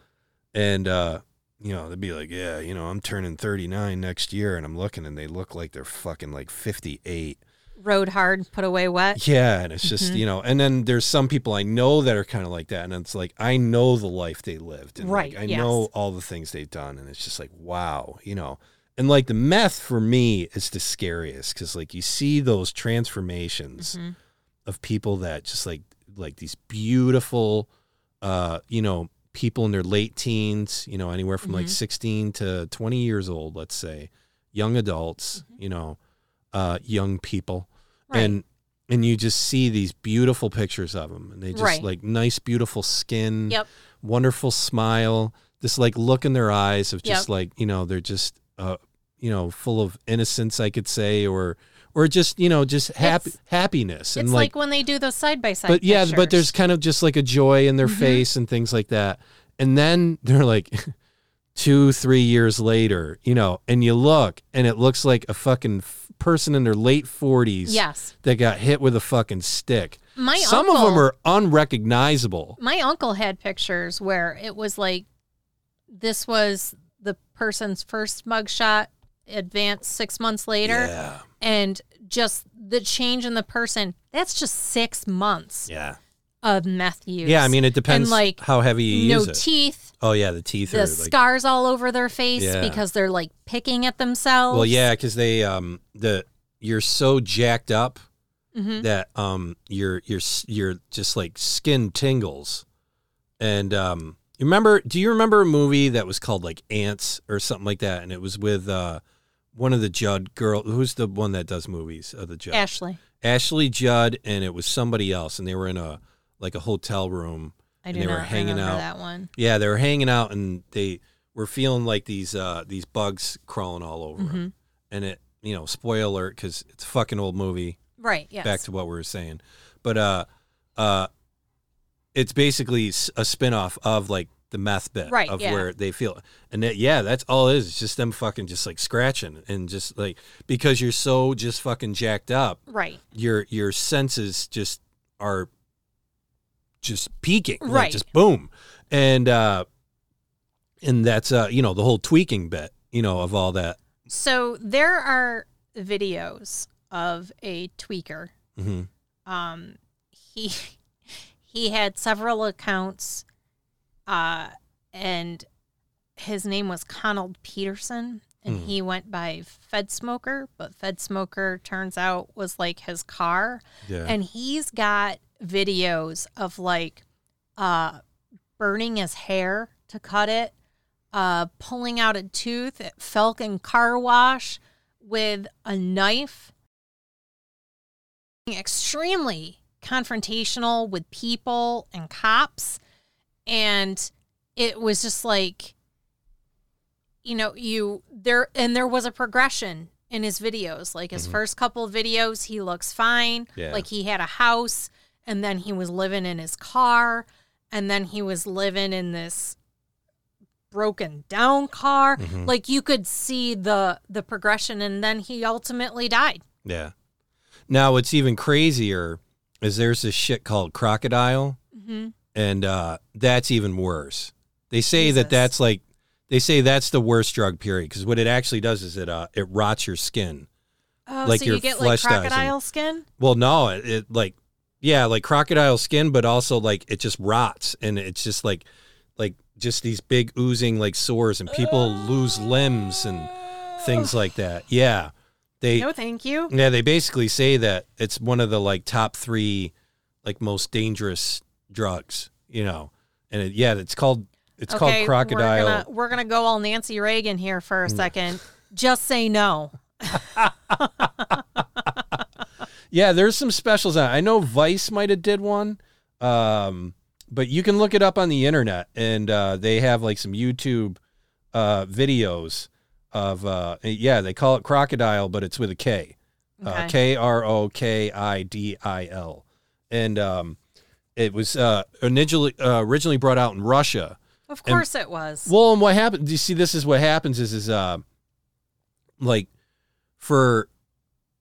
Speaker 1: and uh, you know, they'll be like, yeah, you know, I'm turning 39 next year, and I'm looking, and they look like they're fucking like 58.
Speaker 2: rode hard, put away wet.
Speaker 1: Yeah, and it's just
Speaker 2: Mhm.
Speaker 1: you know, and then there's some people I know that are kind of like that, and it's like I know the life they lived, and like,
Speaker 2: Right,
Speaker 1: I
Speaker 2: yes.
Speaker 1: know all the things they've done, and it's just like wow, you know, and like the meth for me is the scariest because like you see those transformations
Speaker 2: Mhm.
Speaker 1: of people that just like like these beautiful, uh, you know, people in their late teens, you know, anywhere from like
Speaker 2: Mhm.
Speaker 1: 16 to 20 years old, let's say, young adults, you know, uh, young people
Speaker 2: Mm-hmm. Right.
Speaker 1: and and you just see these beautiful pictures of them and they just
Speaker 2: Right.
Speaker 1: like nice beautiful skin
Speaker 2: Yep.
Speaker 1: wonderful smile this like look in their eyes of just
Speaker 2: Yep.
Speaker 1: like you know they're just uh you know full of innocence i could say or or just you know just happy
Speaker 2: It's-
Speaker 1: happiness and
Speaker 2: it's like, when they do those side by side.
Speaker 1: but yeah but there's kind of just like a joy in their
Speaker 2: Mhm.
Speaker 1: face and things like that and then they're like two three years later you know and you look and it looks like a fucking f- person in their late 40s
Speaker 2: yes.
Speaker 1: that got hit with a fucking stick.
Speaker 2: My
Speaker 1: Some
Speaker 2: uncle,
Speaker 1: of them are unrecognizable.
Speaker 2: My uncle had pictures where it was like this was the person's first mugshot advanced six months later
Speaker 1: Yeah,
Speaker 2: and just the change in the person that's just six months
Speaker 1: yeah,
Speaker 2: of meth use
Speaker 1: yeah. I mean, it depends
Speaker 2: like,
Speaker 1: like how heavy you
Speaker 2: no
Speaker 1: use it.
Speaker 2: teeth
Speaker 1: oh yeah, the teeth
Speaker 2: the
Speaker 1: are like.
Speaker 2: scars all over their face
Speaker 1: Yeah.
Speaker 2: because they're like picking at themselves
Speaker 1: Well, yeah, because they um the you're so jacked up
Speaker 2: Mhm.
Speaker 1: that um your your s- your just like skin tingles, and um you remember? Do you remember a movie that was called like Ants or something like that? And it was with uh one of the Judd girl. Who's the one that does movies? Of the Judd
Speaker 2: Ashley,
Speaker 1: Ashley Judd, and it was somebody else, and they were in a like a hotel room.
Speaker 2: I
Speaker 1: And
Speaker 2: do
Speaker 1: they
Speaker 2: not
Speaker 1: were hanging
Speaker 2: remember
Speaker 1: out.
Speaker 2: that one.
Speaker 1: Yeah, they were hanging out, and they were feeling like these uh these bugs crawling all over 'em.
Speaker 2: Mhm.
Speaker 1: And it, you know, spoiler alert because it's a fucking old movie.
Speaker 2: Right. Yes.
Speaker 1: Back to what we were saying, but uh, uh, it's basically s- a spinoff of like the meth bit
Speaker 2: Right,
Speaker 1: of
Speaker 2: yeah.
Speaker 1: where they feel, and that, yeah, that's all it is. It's just them fucking just like scratching and just like because you're so just fucking jacked up
Speaker 2: right.
Speaker 1: your your senses just are just peaking like,
Speaker 2: Right.
Speaker 1: just boom and uh and that's uh you know the whole tweaking bit you know of all that
Speaker 2: So there are videos of a tweaker.
Speaker 1: hmm
Speaker 2: Um, he he had several accounts, uh, and his name was Conald Peterson, and
Speaker 1: Hmm.
Speaker 2: he went by Fed Smoker, but Fed Smoker turns out was like his car.
Speaker 1: yeah
Speaker 2: and he's got videos of like uh burning his hair to cut it uh pulling out a tooth at falcon car wash with a knife extremely confrontational with people and cops and it was just like you know you there and there was a progression in his videos like his
Speaker 1: Mhm.
Speaker 2: first couple of videos he looks fine
Speaker 1: Yeah.
Speaker 2: like he had a house and then he was living in his car and then he was living in this broken down car
Speaker 1: Mhm.
Speaker 2: like you could see the the progression and then he ultimately died
Speaker 1: yeah now what's even crazier is there's this shit called crocodile
Speaker 2: mm-hmm.
Speaker 1: and uh that's even worse they say
Speaker 2: Jesus.
Speaker 1: that that's like they say that's the worst drug period because what it actually does is it uh it rots your skin
Speaker 2: oh
Speaker 1: Like
Speaker 2: so
Speaker 1: your
Speaker 2: you get like
Speaker 1: flesh dies and-
Speaker 2: crocodile skin
Speaker 1: Well, no, it, it like yeah, like crocodile skin, but also like it just rots and it's just like like just these big oozing like sores and people lose limbs and things like that. Yeah. They
Speaker 2: no thank you
Speaker 1: yeah, they basically say that it's one of the like top 3 like most dangerous drugs, you know. And it, yeah, it's called it's called crocodile. Mm.
Speaker 2: We're gonna, we're gonna go all Nancy Reagan here for a second. Just say no.
Speaker 1: Yeah, there's some specials on. it. I know Vice might have did one, um, but you can look it up on the internet, and uh, they have like some YouTube uh, videos of. Uh, yeah, they call it crocodile, but it's with a K, uh,
Speaker 2: Okay.
Speaker 1: K R O K I D I L, and um, it was uh, originally uh, originally brought out in Russia.
Speaker 2: Of
Speaker 1: and-
Speaker 2: course it was.
Speaker 1: Well, and what happened? Do you see? This is what happens. Is is uh, like for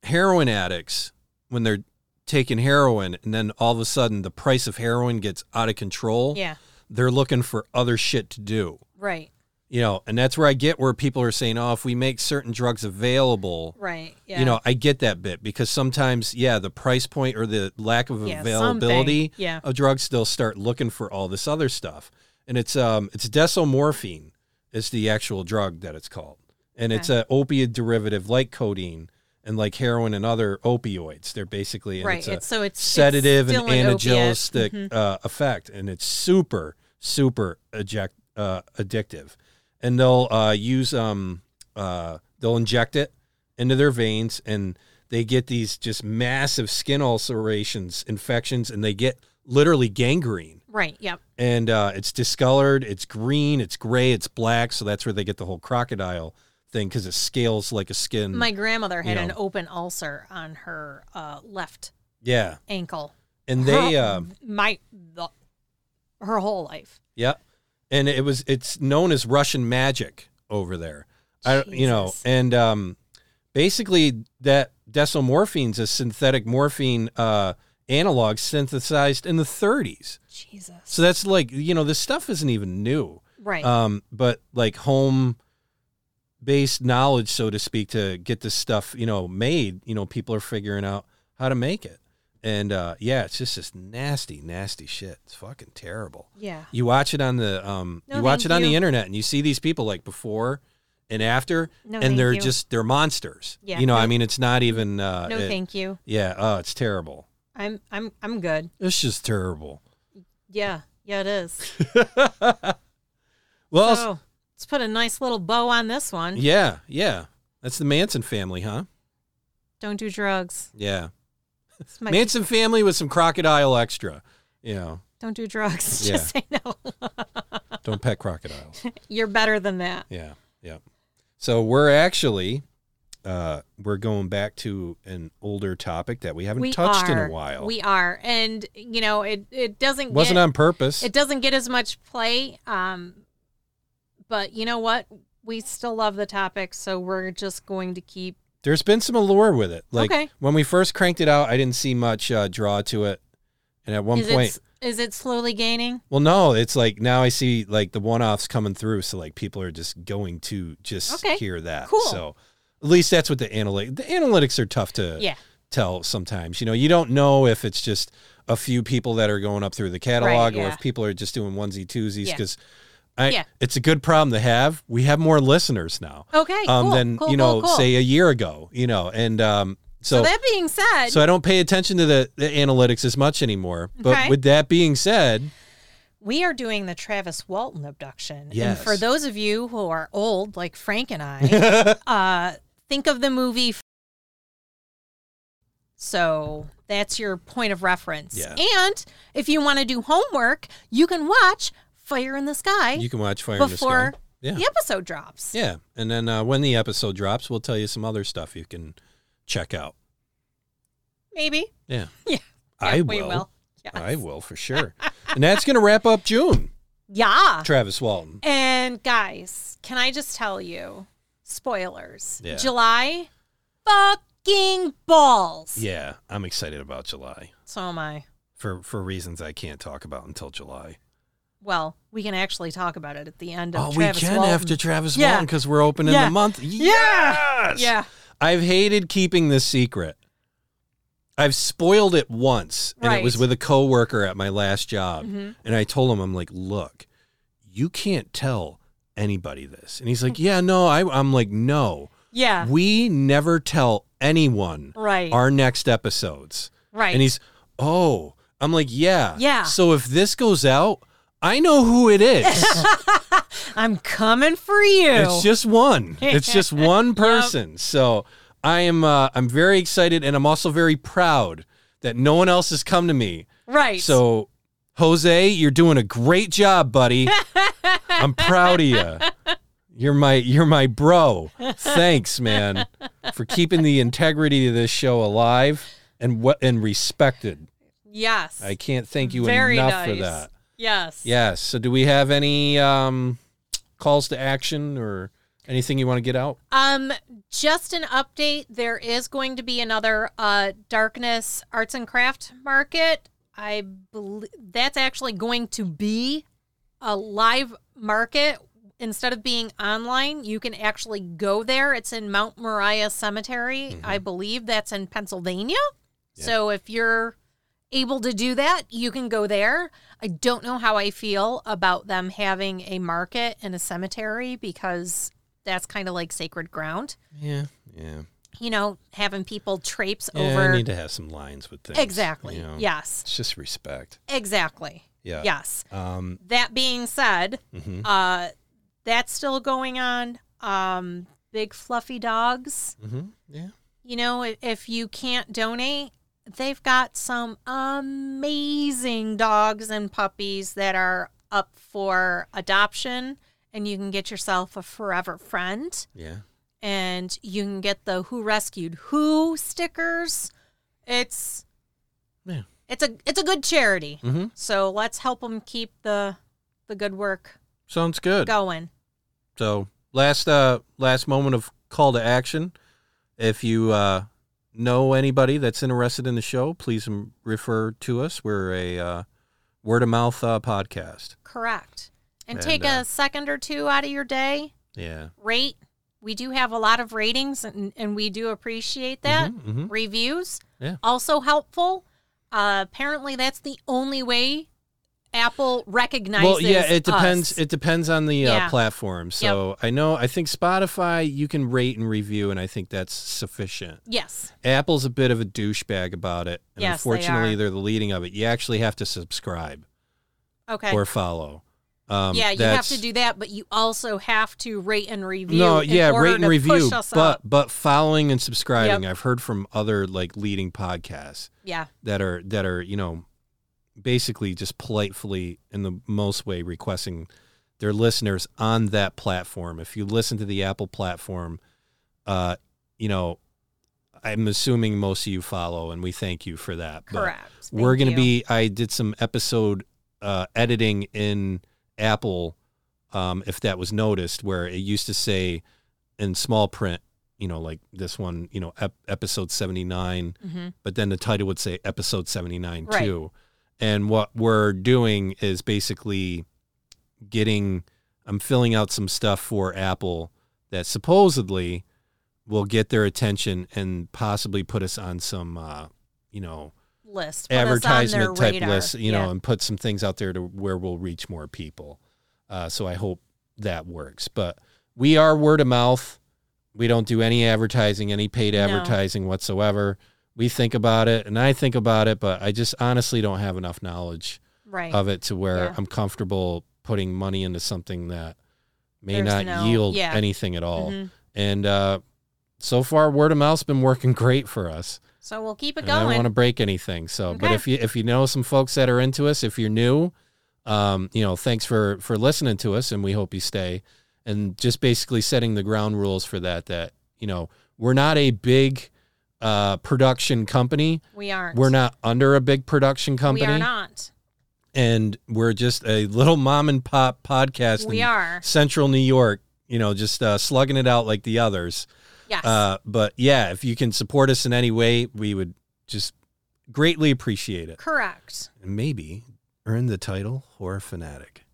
Speaker 1: heroin addicts when they're taking heroin, and then all of a sudden the price of heroin gets out of control.
Speaker 2: yeah.
Speaker 1: They're looking for other shit to do.
Speaker 2: Right.
Speaker 1: You know, and that's where I get where people are saying, "Oh, if we make certain drugs available."
Speaker 2: Right. Yeah.
Speaker 1: You know, I get that bit because sometimes, yeah, the price point or the lack of
Speaker 2: Yeah,
Speaker 1: availability
Speaker 2: something. Yeah.
Speaker 1: of drugs, they'll start looking for all this other stuff. And it's um it's desomorphine is the actual drug that it's called. And it's a opiate derivative like codeine and like heroin and other opioids. They're basically and
Speaker 2: right.
Speaker 1: it's
Speaker 2: It's,
Speaker 1: a
Speaker 2: so it's
Speaker 1: sedative
Speaker 2: it's
Speaker 1: and
Speaker 2: still an opiate. Mm-hmm.
Speaker 1: antagonistic uh, effect and it's super super eject, uh, addictive. And they'll uh, use um uh they'll inject it into their veins and they get these just massive skin ulcerations, infections, and they get literally gangrene.
Speaker 2: Right. Yep.
Speaker 1: And uh, it's discolored, it's green, it's gray, it's black. So that's where they get the whole crocodile thing because it scales like a skin.
Speaker 2: My grandmother had
Speaker 1: You
Speaker 2: an
Speaker 1: know.
Speaker 2: open ulcer on her uh, left
Speaker 1: yeah.
Speaker 2: ankle.
Speaker 1: And they,
Speaker 2: Her-
Speaker 1: um,
Speaker 2: my the, her whole life.
Speaker 1: yeah. And it was, it's known as Russian magic over there. I, you know,
Speaker 2: Jesus.
Speaker 1: and um, basically that desomorphine is a synthetic morphine uh, analog synthesized in the 30s.
Speaker 2: Jesus.
Speaker 1: So that's like, you know, this stuff isn't even new.
Speaker 2: Right.
Speaker 1: Um, but like home based knowledge, so to speak, to get this stuff, you know, made, you know, people are figuring out how to make it. And uh, yeah, it's just this nasty, nasty shit. It's fucking terrible.
Speaker 2: yeah.
Speaker 1: You watch it on the um
Speaker 2: No,
Speaker 1: you watch
Speaker 2: thank
Speaker 1: it on the
Speaker 2: you.
Speaker 1: internet and you see these people like before and after,
Speaker 2: No, thank
Speaker 1: and they're
Speaker 2: you.
Speaker 1: just they're monsters.
Speaker 2: Yeah.
Speaker 1: you know,
Speaker 2: No-
Speaker 1: I mean, it's not even. Uh,
Speaker 2: No,
Speaker 1: it-
Speaker 2: thank you.
Speaker 1: Yeah, oh, it's terrible.
Speaker 2: I'm I'm I'm good.
Speaker 1: It's just terrible.
Speaker 2: Yeah, yeah, it is.
Speaker 1: Well, s-
Speaker 2: so let's put a nice little bow on this one.
Speaker 1: yeah, yeah. That's the Manson family, huh?
Speaker 2: Don't do drugs.
Speaker 1: Yeah,
Speaker 2: It's my-
Speaker 1: Manson family with some crocodile extra. You know,
Speaker 2: don't do drugs.
Speaker 1: Yeah.
Speaker 2: Just say no.
Speaker 1: don't pet crocodiles.
Speaker 2: You're better than that.
Speaker 1: Yeah, yeah. So we're actually uh, we're going back to an older topic that we haven't
Speaker 2: we
Speaker 1: touched
Speaker 2: are.
Speaker 1: in a while.
Speaker 2: We are, and you know it. It doesn't
Speaker 1: wasn't
Speaker 2: get,
Speaker 1: on purpose.
Speaker 2: It doesn't get as much play. Um, but you know what? We still love the topic, so we're just going to keep.
Speaker 1: There's been some allure with it. Like
Speaker 2: Okay.
Speaker 1: when we first cranked it out, I didn't see much uh, draw to it. And at one
Speaker 2: is
Speaker 1: point,
Speaker 2: it is it slowly gaining?
Speaker 1: well, no, it's like now I see like the one-offs coming through, so like people are just going to just
Speaker 2: Okay.
Speaker 1: hear that.
Speaker 2: Cool.
Speaker 1: So at least that's what the analytic. The analytics are tough to
Speaker 2: Yeah.
Speaker 1: tell sometimes. You know, you don't know if it's just a few people that are going up through the catalog or
Speaker 2: yeah.
Speaker 1: if people are just doing onesie twosies
Speaker 2: Yeah.
Speaker 1: because
Speaker 2: Yeah.
Speaker 1: it's a good problem to have. We have more listeners now
Speaker 2: Okay.
Speaker 1: um,
Speaker 2: cool.
Speaker 1: than
Speaker 2: cool,
Speaker 1: you know,
Speaker 2: cool, cool.
Speaker 1: say a year ago. You know, and um, so
Speaker 2: So,
Speaker 1: so,
Speaker 2: that being said,
Speaker 1: I don't pay attention to the, the analytics as much anymore. But
Speaker 2: Okay.
Speaker 1: with that being said,
Speaker 2: we are doing the Travis Walton abduction. And
Speaker 1: Yes.
Speaker 2: for those of you who are old, like Frank and I, uh, think of the movie. F- So that's your point of reference.
Speaker 1: Yeah.
Speaker 2: And if you want to do homework, you can watch Fire in the Sky
Speaker 1: you can watch Fire in
Speaker 2: before
Speaker 1: the Sky. Yeah,
Speaker 2: the episode drops.
Speaker 1: yeah, and then uh, when the episode drops, we'll tell you some other stuff you can check out.
Speaker 2: Maybe.
Speaker 1: Yeah,
Speaker 2: Yeah.
Speaker 1: I
Speaker 2: Yeah,
Speaker 1: will.
Speaker 2: We will. Yes.
Speaker 1: I will for sure. and that's going to wrap up June.
Speaker 2: Uh-huh. Yeah.
Speaker 1: Travis Walton.
Speaker 2: And guys, can I just tell you, spoilers.
Speaker 1: Yeah.
Speaker 2: July fucking balls.
Speaker 1: Yeah, I'm excited about July
Speaker 2: So am I.
Speaker 1: for for reasons I can't talk about until July.
Speaker 2: Well, we can actually talk about it at the end of
Speaker 1: Oh,
Speaker 2: Travis
Speaker 1: we can
Speaker 2: Walton.
Speaker 1: after Travis
Speaker 2: Yeah.
Speaker 1: Walton because we're opening
Speaker 2: Yeah.
Speaker 1: the month.
Speaker 2: Yeah.
Speaker 1: Yes!
Speaker 2: Yeah.
Speaker 1: I've hated keeping this secret. I've spoiled it once, and it was
Speaker 2: Right. Mm-hmm.
Speaker 1: with a coworker at my last job. And I told him, I'm like, look, you can't tell anybody this. And he's like, yeah, no. I, I'm like, no.
Speaker 2: Mm. Yeah. Mm.
Speaker 1: We never tell anyone
Speaker 2: Right.
Speaker 1: our next episodes.
Speaker 2: right.
Speaker 1: And he's, oh, I'm like, yeah.
Speaker 2: Yeah.
Speaker 1: So if this goes out, I know who it is.
Speaker 2: I'm coming for you.
Speaker 1: it's just one. It's just one person. So I am, uh, I'm very excited and I'm also very proud that no one else has come to me.
Speaker 2: right.
Speaker 1: So, Jose, you're doing a great job, buddy. I'm proud of you. You're my you're my bro. Thanks, man, for keeping the integrity of this show alive and what and respected.
Speaker 2: yes.
Speaker 1: I can't thank you
Speaker 2: Very
Speaker 1: enough
Speaker 2: nice.
Speaker 1: for that.
Speaker 2: Yes.
Speaker 1: Yes. So, do we have any um, calls to action or anything you want to get out?
Speaker 2: Um, just an update. There is going to be another uh, darkness arts and craft market. I believe that's actually going to be a live market instead of being online. You can actually go there. It's in Mount Moriah Cemetery, I believe. That's in Pennsylvania.
Speaker 1: Yeah.
Speaker 2: So if you're able to do that, you can go there. I don't know how I feel about them having a market in a cemetery because that's kind of like sacred ground.
Speaker 1: Yeah. Yeah.
Speaker 2: You know, having people traipse
Speaker 1: yeah
Speaker 2: over.
Speaker 1: I need to have some lines with things.
Speaker 2: exactly.
Speaker 1: you know?
Speaker 2: Yes.
Speaker 1: It's just respect.
Speaker 2: Exactly.
Speaker 1: Yeah.
Speaker 2: Yes.
Speaker 1: Um,
Speaker 2: That being said,
Speaker 1: mhm.
Speaker 2: uh, that's still going on. Um, big fluffy dogs.
Speaker 1: Mhm. Yeah.
Speaker 2: You know, if, if you can't donate, they've got some amazing dogs and puppies that are up for adoption, and you can get yourself a forever friend.
Speaker 1: Yeah.
Speaker 2: and you can get the who rescued who stickers it's
Speaker 1: Yeah.
Speaker 2: it's a it's a good charity
Speaker 1: Mm-hmm.
Speaker 2: so let's help them keep the the good work
Speaker 1: Sounds good.
Speaker 2: going
Speaker 1: So last uh last moment of call to action. If you uh know anybody that's interested in the show, please m- refer to us. We're a uh, word of mouth uh, podcast.
Speaker 2: correct and,
Speaker 1: And,
Speaker 2: take
Speaker 1: uh,
Speaker 2: a second or two out of your day
Speaker 1: Yeah.
Speaker 2: rate we do have a lot of ratings and, and we do appreciate that
Speaker 1: Mhm, mhm.
Speaker 2: reviews
Speaker 1: Yeah.
Speaker 2: also helpful uh, apparently that's the only way Apple recognizes.
Speaker 1: Well, yeah, it depends.
Speaker 2: us.
Speaker 1: It depends on the
Speaker 2: Yeah.
Speaker 1: uh, platform. So I know. I think Spotify you can rate and review, and I think that's sufficient.
Speaker 2: yes,
Speaker 1: Apple's a bit of a douchebag about it, and
Speaker 2: Yes, they
Speaker 1: unfortunately,
Speaker 2: are.
Speaker 1: they are the leading of it. You actually have to subscribe
Speaker 2: okay,
Speaker 1: or follow. Um,
Speaker 2: yeah, you have
Speaker 1: that's-
Speaker 2: to do that, but you also have to rate and review.
Speaker 1: No,
Speaker 2: in
Speaker 1: yeah,
Speaker 2: order
Speaker 1: rate and
Speaker 2: to
Speaker 1: review,
Speaker 2: push us
Speaker 1: but
Speaker 2: up.
Speaker 1: but following and subscribing. I've heard from other like leading podcasts
Speaker 2: yeah,
Speaker 1: that are that are you know basically just politely in the most way requesting their listeners on that platform. If you listen to the Apple platform, uh, you know, I'm assuming most of you follow, and we thank you for that. but
Speaker 2: correct.
Speaker 1: we're
Speaker 2: Thank
Speaker 1: gonna
Speaker 2: you.
Speaker 1: be. I did some episode uh, editing in Apple, um, if that was noticed, where it used to say in small print, you know, like this one, you know, ep- episode seventy nine,
Speaker 2: Mhm.
Speaker 1: but then the title would say episode seventy nine
Speaker 2: Right.
Speaker 1: too. And what we're doing is basically getting. I'm filling out some stuff for Apple that supposedly will get their attention and possibly put us on some, uh, you know,
Speaker 2: list Put us on their
Speaker 1: advertisement type
Speaker 2: radar.
Speaker 1: list, you
Speaker 2: Yeah.
Speaker 1: know, and put some things out there to where we'll reach more people. Uh, so I hope that works. But we are word of mouth. We don't do any advertising, any paid
Speaker 2: No.
Speaker 1: advertising whatsoever. We think about it, and I think about it, but I just honestly don't have enough knowledge
Speaker 2: right.
Speaker 1: of it to where
Speaker 2: Yeah.
Speaker 1: I'm comfortable putting money into something that may
Speaker 2: There's
Speaker 1: not
Speaker 2: no-
Speaker 1: yield
Speaker 2: yeah.
Speaker 1: anything at all.
Speaker 2: Mhm.
Speaker 1: And uh, so far, word of mouth's been working great for us.
Speaker 2: So we'll keep it
Speaker 1: And I don't
Speaker 2: going.
Speaker 1: want to break anything. So, but
Speaker 2: Okay.
Speaker 1: if you if you know some folks that are into us, if you're new, um, you know, thanks for for listening to us, and we hope you stay. And just basically setting the ground rules for that. That you know, we're not a big uh, production company.
Speaker 2: we aren't.
Speaker 1: We're not under a big production company,
Speaker 2: We are not.
Speaker 1: and we're just a little mom and pop podcast
Speaker 2: We
Speaker 1: in
Speaker 2: are.
Speaker 1: Central New York. You know, just uh, slugging it out like the others.
Speaker 2: Yes.
Speaker 1: Uh, but yeah, if you can support us in any way, we would just greatly appreciate it.
Speaker 2: correct.
Speaker 1: And maybe earn the title horror fanatic.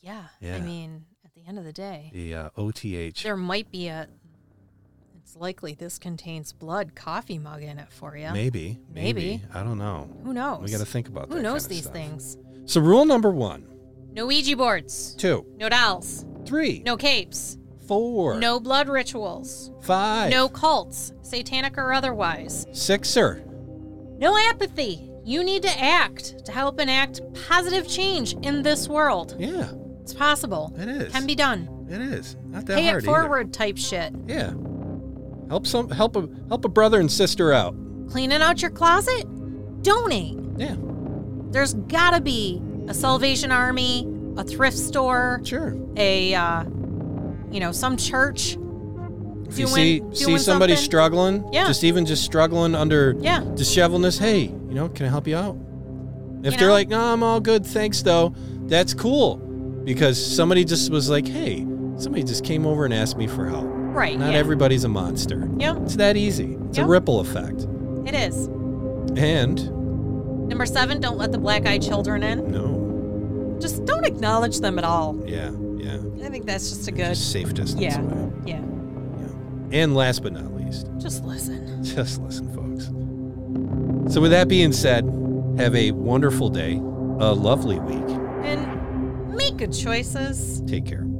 Speaker 2: Yeah. I
Speaker 1: Yeah.
Speaker 2: mean, at the end of the day,
Speaker 1: The uh, OTH.
Speaker 2: there might be a. It's likely this contains blood coffee mug in it for you.
Speaker 1: Maybe, maybe.
Speaker 2: Maybe.
Speaker 1: I don't know.
Speaker 2: Who knows?
Speaker 1: We got to think about that.
Speaker 2: Who knows
Speaker 1: kinda
Speaker 2: these
Speaker 1: stuff.
Speaker 2: things?
Speaker 1: So rule number one,
Speaker 2: No Ouija boards.
Speaker 1: two,
Speaker 2: No dolls.
Speaker 1: three,
Speaker 2: No capes.
Speaker 1: four,
Speaker 2: No blood rituals.
Speaker 1: five,
Speaker 2: No cults, satanic or otherwise.
Speaker 1: sixer,
Speaker 2: No apathy. You need to act to help enact positive change in this world.
Speaker 1: Yeah,
Speaker 2: It's possible.
Speaker 1: it is.
Speaker 2: Can be done.
Speaker 1: It is not that
Speaker 2: Pay
Speaker 1: hard.
Speaker 2: it forward type shit.
Speaker 1: Either. Yeah. Help some help a help a brother and sister out.
Speaker 2: Cleaning out your closet? Donate.
Speaker 1: Yeah,
Speaker 2: There's gotta be a Salvation Army, a thrift store,
Speaker 1: sure.
Speaker 2: a, uh, you know, some church.
Speaker 1: If you
Speaker 2: doing-
Speaker 1: see see
Speaker 2: doing
Speaker 1: somebody
Speaker 2: something.
Speaker 1: struggling,
Speaker 2: Yeah.
Speaker 1: just even just struggling under
Speaker 2: Yeah.
Speaker 1: dishevelness, hey, you know, can I help you out? If
Speaker 2: You
Speaker 1: they're
Speaker 2: know?
Speaker 1: like, no, I'm all good, thanks though, that's cool because somebody just was like, hey, somebody just came over and asked me for help.
Speaker 2: Right.
Speaker 1: Not
Speaker 2: yeah.
Speaker 1: everybody's a monster.
Speaker 2: Yep,
Speaker 1: It's that easy. It's
Speaker 2: Yeah.
Speaker 1: a ripple effect.
Speaker 2: it is.
Speaker 1: And
Speaker 2: Number seven, don't let the black eyed children in.
Speaker 1: no,
Speaker 2: Just don't acknowledge them at all.
Speaker 1: yeah, yeah,
Speaker 2: I think that's just a good.
Speaker 1: just safe distance
Speaker 2: Yeah.
Speaker 1: away.
Speaker 2: Yeah.
Speaker 1: And last but not least,
Speaker 2: Just listen.
Speaker 1: just listen, folks. So with that being said, have a wonderful day, a lovely week.
Speaker 2: And make good choices.
Speaker 1: Take care.